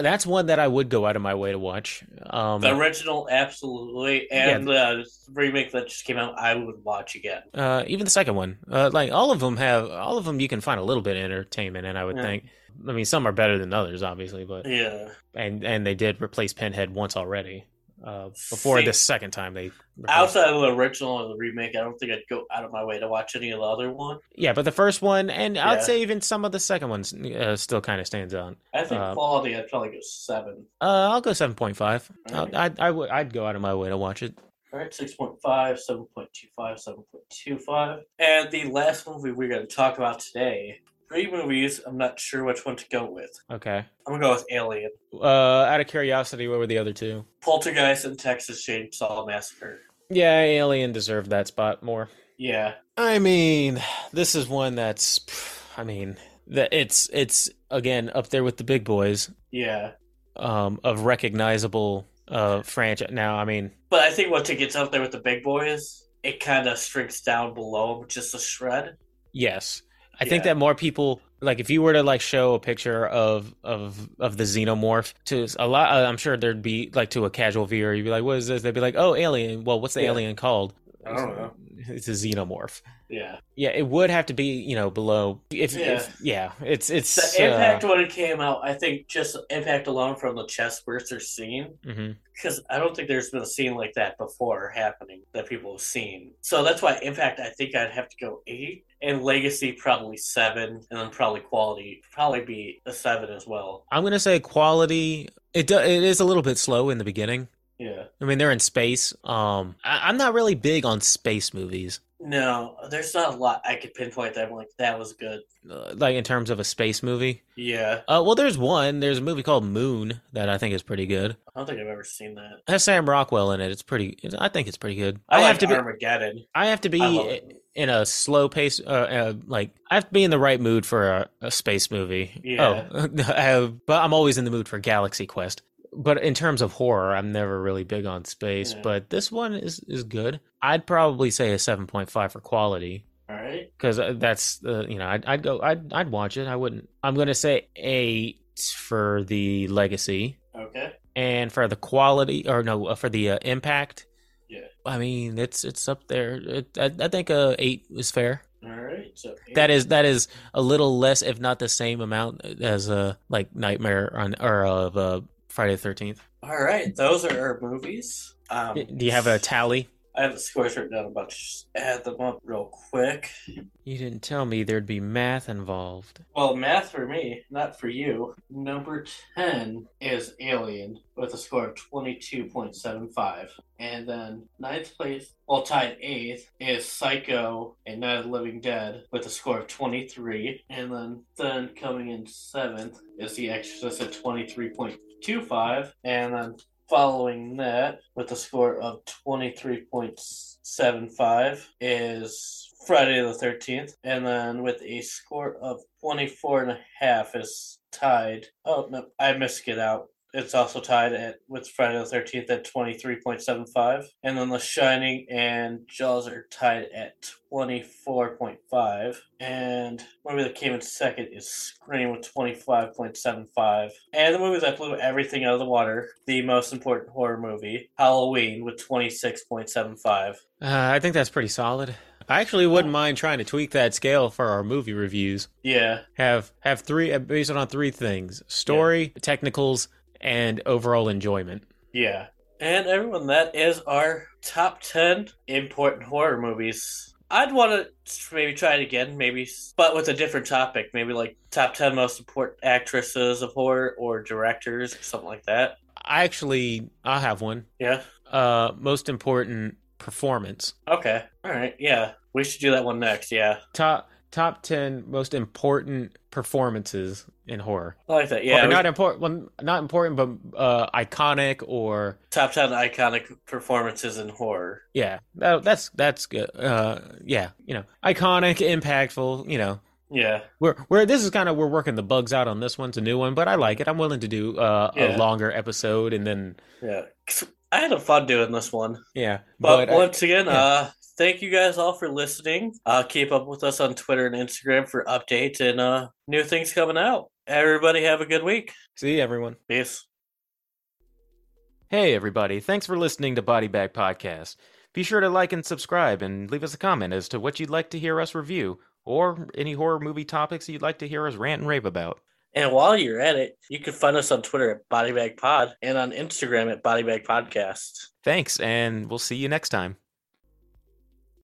Speaker 2: That's one that I would go out of my way to watch. Um,
Speaker 1: the original absolutely, and uh, remake that just came out, I would watch again.
Speaker 2: uh, even the second one, uh, like all of them have all of them, you can find a little bit of entertainment in. I would
Speaker 1: Yeah.
Speaker 2: think. I mean, some are better than others, obviously, but
Speaker 1: Yeah,
Speaker 2: and and they did replace Pinhead once already. Uh, before
Speaker 1: See-
Speaker 2: the second time they replaced-
Speaker 1: outside of the original and the remake, I don't think I'd go out of my way to watch any of the other one.
Speaker 2: yeah but the first one and
Speaker 1: Yeah.
Speaker 2: i'd say even some of the second ones uh, still kind of stands out
Speaker 1: I think
Speaker 2: Uh,
Speaker 1: quality, I'd probably go seven.
Speaker 2: uh, i'll go 7.5
Speaker 1: Alright.
Speaker 2: I'll- I'd, I would, I'd go out of my way to watch it
Speaker 1: All right, 6.5, 7.25, 7.25. And the last movie we're going to talk about today. Three movies. I'm not sure which one to go with.
Speaker 2: okay
Speaker 1: I'm going to go with Alien,
Speaker 2: uh, out of curiosity what were the other two
Speaker 1: Poltergeist, and Texas Chainsaw Massacre.
Speaker 2: yeah alien deserved that spot more
Speaker 1: Yeah.
Speaker 2: I mean, this is one that's. I mean, that it's it's again up there with the big boys
Speaker 1: Yeah.
Speaker 2: um, of recognizable uh, franchise. Now, I mean,
Speaker 1: But I think once it gets up there with the big boys, it kind of shrinks down below 'em just a shred.
Speaker 2: yes, I think
Speaker 1: Yeah.
Speaker 2: that more people like if you were to like show a picture of of of the xenomorph to a lot, I'm sure there'd be like to a casual viewer, you'd be like, "What is this?" They'd be like, "Oh, alien." Well, what's the
Speaker 1: Yeah.
Speaker 2: alien called?
Speaker 1: I don't know.
Speaker 2: It's a xenomorph.
Speaker 1: Yeah.
Speaker 2: Yeah, it would have to be you know below. If yeah,
Speaker 1: Yeah.
Speaker 2: if, yeah it's it's
Speaker 1: The
Speaker 2: uh,
Speaker 1: impact when it came out, I think just impact alone from the chest burster scene,
Speaker 2: mhm.
Speaker 1: because I don't think there's been a scene like that before happening that people have seen. So that's why Impact, I think I'd have to go eight, and Legacy probably seven, and then probably Quality probably be a seven as well.
Speaker 2: I'm gonna say quality. It do, it is a little bit slow in the beginning.
Speaker 1: Yeah.
Speaker 2: I mean, they're in space. Um, I, I'm not really big on space movies,
Speaker 1: No, there's not a lot I could pinpoint that I'm like that was good.
Speaker 2: uh, like in terms of a space movie.
Speaker 1: Yeah,
Speaker 2: Uh, well, there's one. There's a movie called Moon that I think is pretty good. It
Speaker 1: I don't think I've ever seen that.
Speaker 2: has Sam Rockwell in it. It's pretty. It's, I think it's pretty good.
Speaker 1: I,
Speaker 2: I, have
Speaker 1: like
Speaker 2: to be.
Speaker 1: Armageddon.
Speaker 2: I have to
Speaker 1: I love
Speaker 2: be
Speaker 1: it.
Speaker 2: in a slow pace. Uh, uh, like I have to be in the right mood for a, a space movie.
Speaker 1: Yeah.
Speaker 2: Oh, uh, but I'm always in the mood for Galaxy Quest. But in terms of horror, I'm never really big on space.
Speaker 1: Yeah.
Speaker 2: But this one is is good. I'd probably say a 7.5 for quality
Speaker 1: All right,
Speaker 2: because that's uh, you know I'd, I'd go I'd I'd watch it. I wouldn't. I'm gonna say eight for the legacy
Speaker 1: okay.
Speaker 2: and for the quality or no uh, for the uh, impact.
Speaker 1: Yeah.
Speaker 2: I mean, it's it's up there. It, I, I think uh, eight is fair.
Speaker 1: All right, so
Speaker 2: That is that is a little less, if not the same amount as uh like Nightmare on or of uh, Friday the Thirteenth.
Speaker 1: all right. Those are our movies. Um,
Speaker 2: Do you have a tally?
Speaker 1: I have the scores written down. I'm About to just add them up real quick.
Speaker 2: You didn't tell me there'd be math involved.
Speaker 1: Well, math for me, not for you. Number 10 is Alien with a score of 22.75. And then ninth place, well, tied eighth, is Psycho and Night of the Living Dead with a score of 23. And then, then coming in seventh is The Exorcist at 23.25. And then following that with a score of 23.75 is Friday the 13th. And then with a score of 24 and a half is tied. Oh, no, I missed it out. It's also tied at with Friday the 13th at 23.75. And then The Shining and Jaws are tied at 24.5. And the movie that came in second is Scream with 25.75. And the movie that blew everything out of the water, the most important horror movie, Halloween with 26.75.
Speaker 2: Uh, I think that's pretty solid. I actually wouldn't mind trying to tweak that scale for our movie reviews.
Speaker 1: Yeah,
Speaker 2: Have have three uh, based on three things: story, technicals, and overall enjoyment.
Speaker 1: yeah. And everyone, that is our top 10 important horror movies. I'd want to maybe try it again, maybe, but with a different topic. Maybe like top 10 most important actresses of horror or directors or something like that.
Speaker 2: I actually I have one.
Speaker 1: Yeah.
Speaker 2: Uh, most important performance.
Speaker 1: Okay. All right. Yeah. We should do that one next. Yeah.
Speaker 2: top top 10 most important performances in horror
Speaker 1: I like that.
Speaker 2: yeah
Speaker 1: Yeah. we-
Speaker 2: not important well, not important but uh iconic or
Speaker 1: top 10 iconic performances in horror.
Speaker 2: yeah that, that's that's good uh yeah you know iconic impactful you know
Speaker 1: Yeah.
Speaker 2: we're, we're this is kind of we're working the bugs out on this one's a new one but i like it i'm willing to do uh,
Speaker 1: Yeah.
Speaker 2: a longer episode and then
Speaker 1: Yeah. 'Cause I had a fun doing this one.
Speaker 2: Yeah.
Speaker 1: But,
Speaker 2: I-
Speaker 1: once again,
Speaker 2: yeah.
Speaker 1: uh, thank you guys all for listening. Uh, keep up with us on Twitter and Instagram for updates and uh, new things coming out. Everybody have a good week.
Speaker 2: see everyone.
Speaker 1: Peace.
Speaker 2: Hey, everybody. Thanks for listening to Body Bag Podcast. Be sure to like and subscribe and leave us a comment as to what you'd like to hear us review or any horror movie topics you'd like to hear us rant and rave about.
Speaker 1: And while you're at it, you can find us on Twitter at Bodybag Pod and on Instagram at Bodybag Podcast.
Speaker 2: Thanks, and we'll see you next time.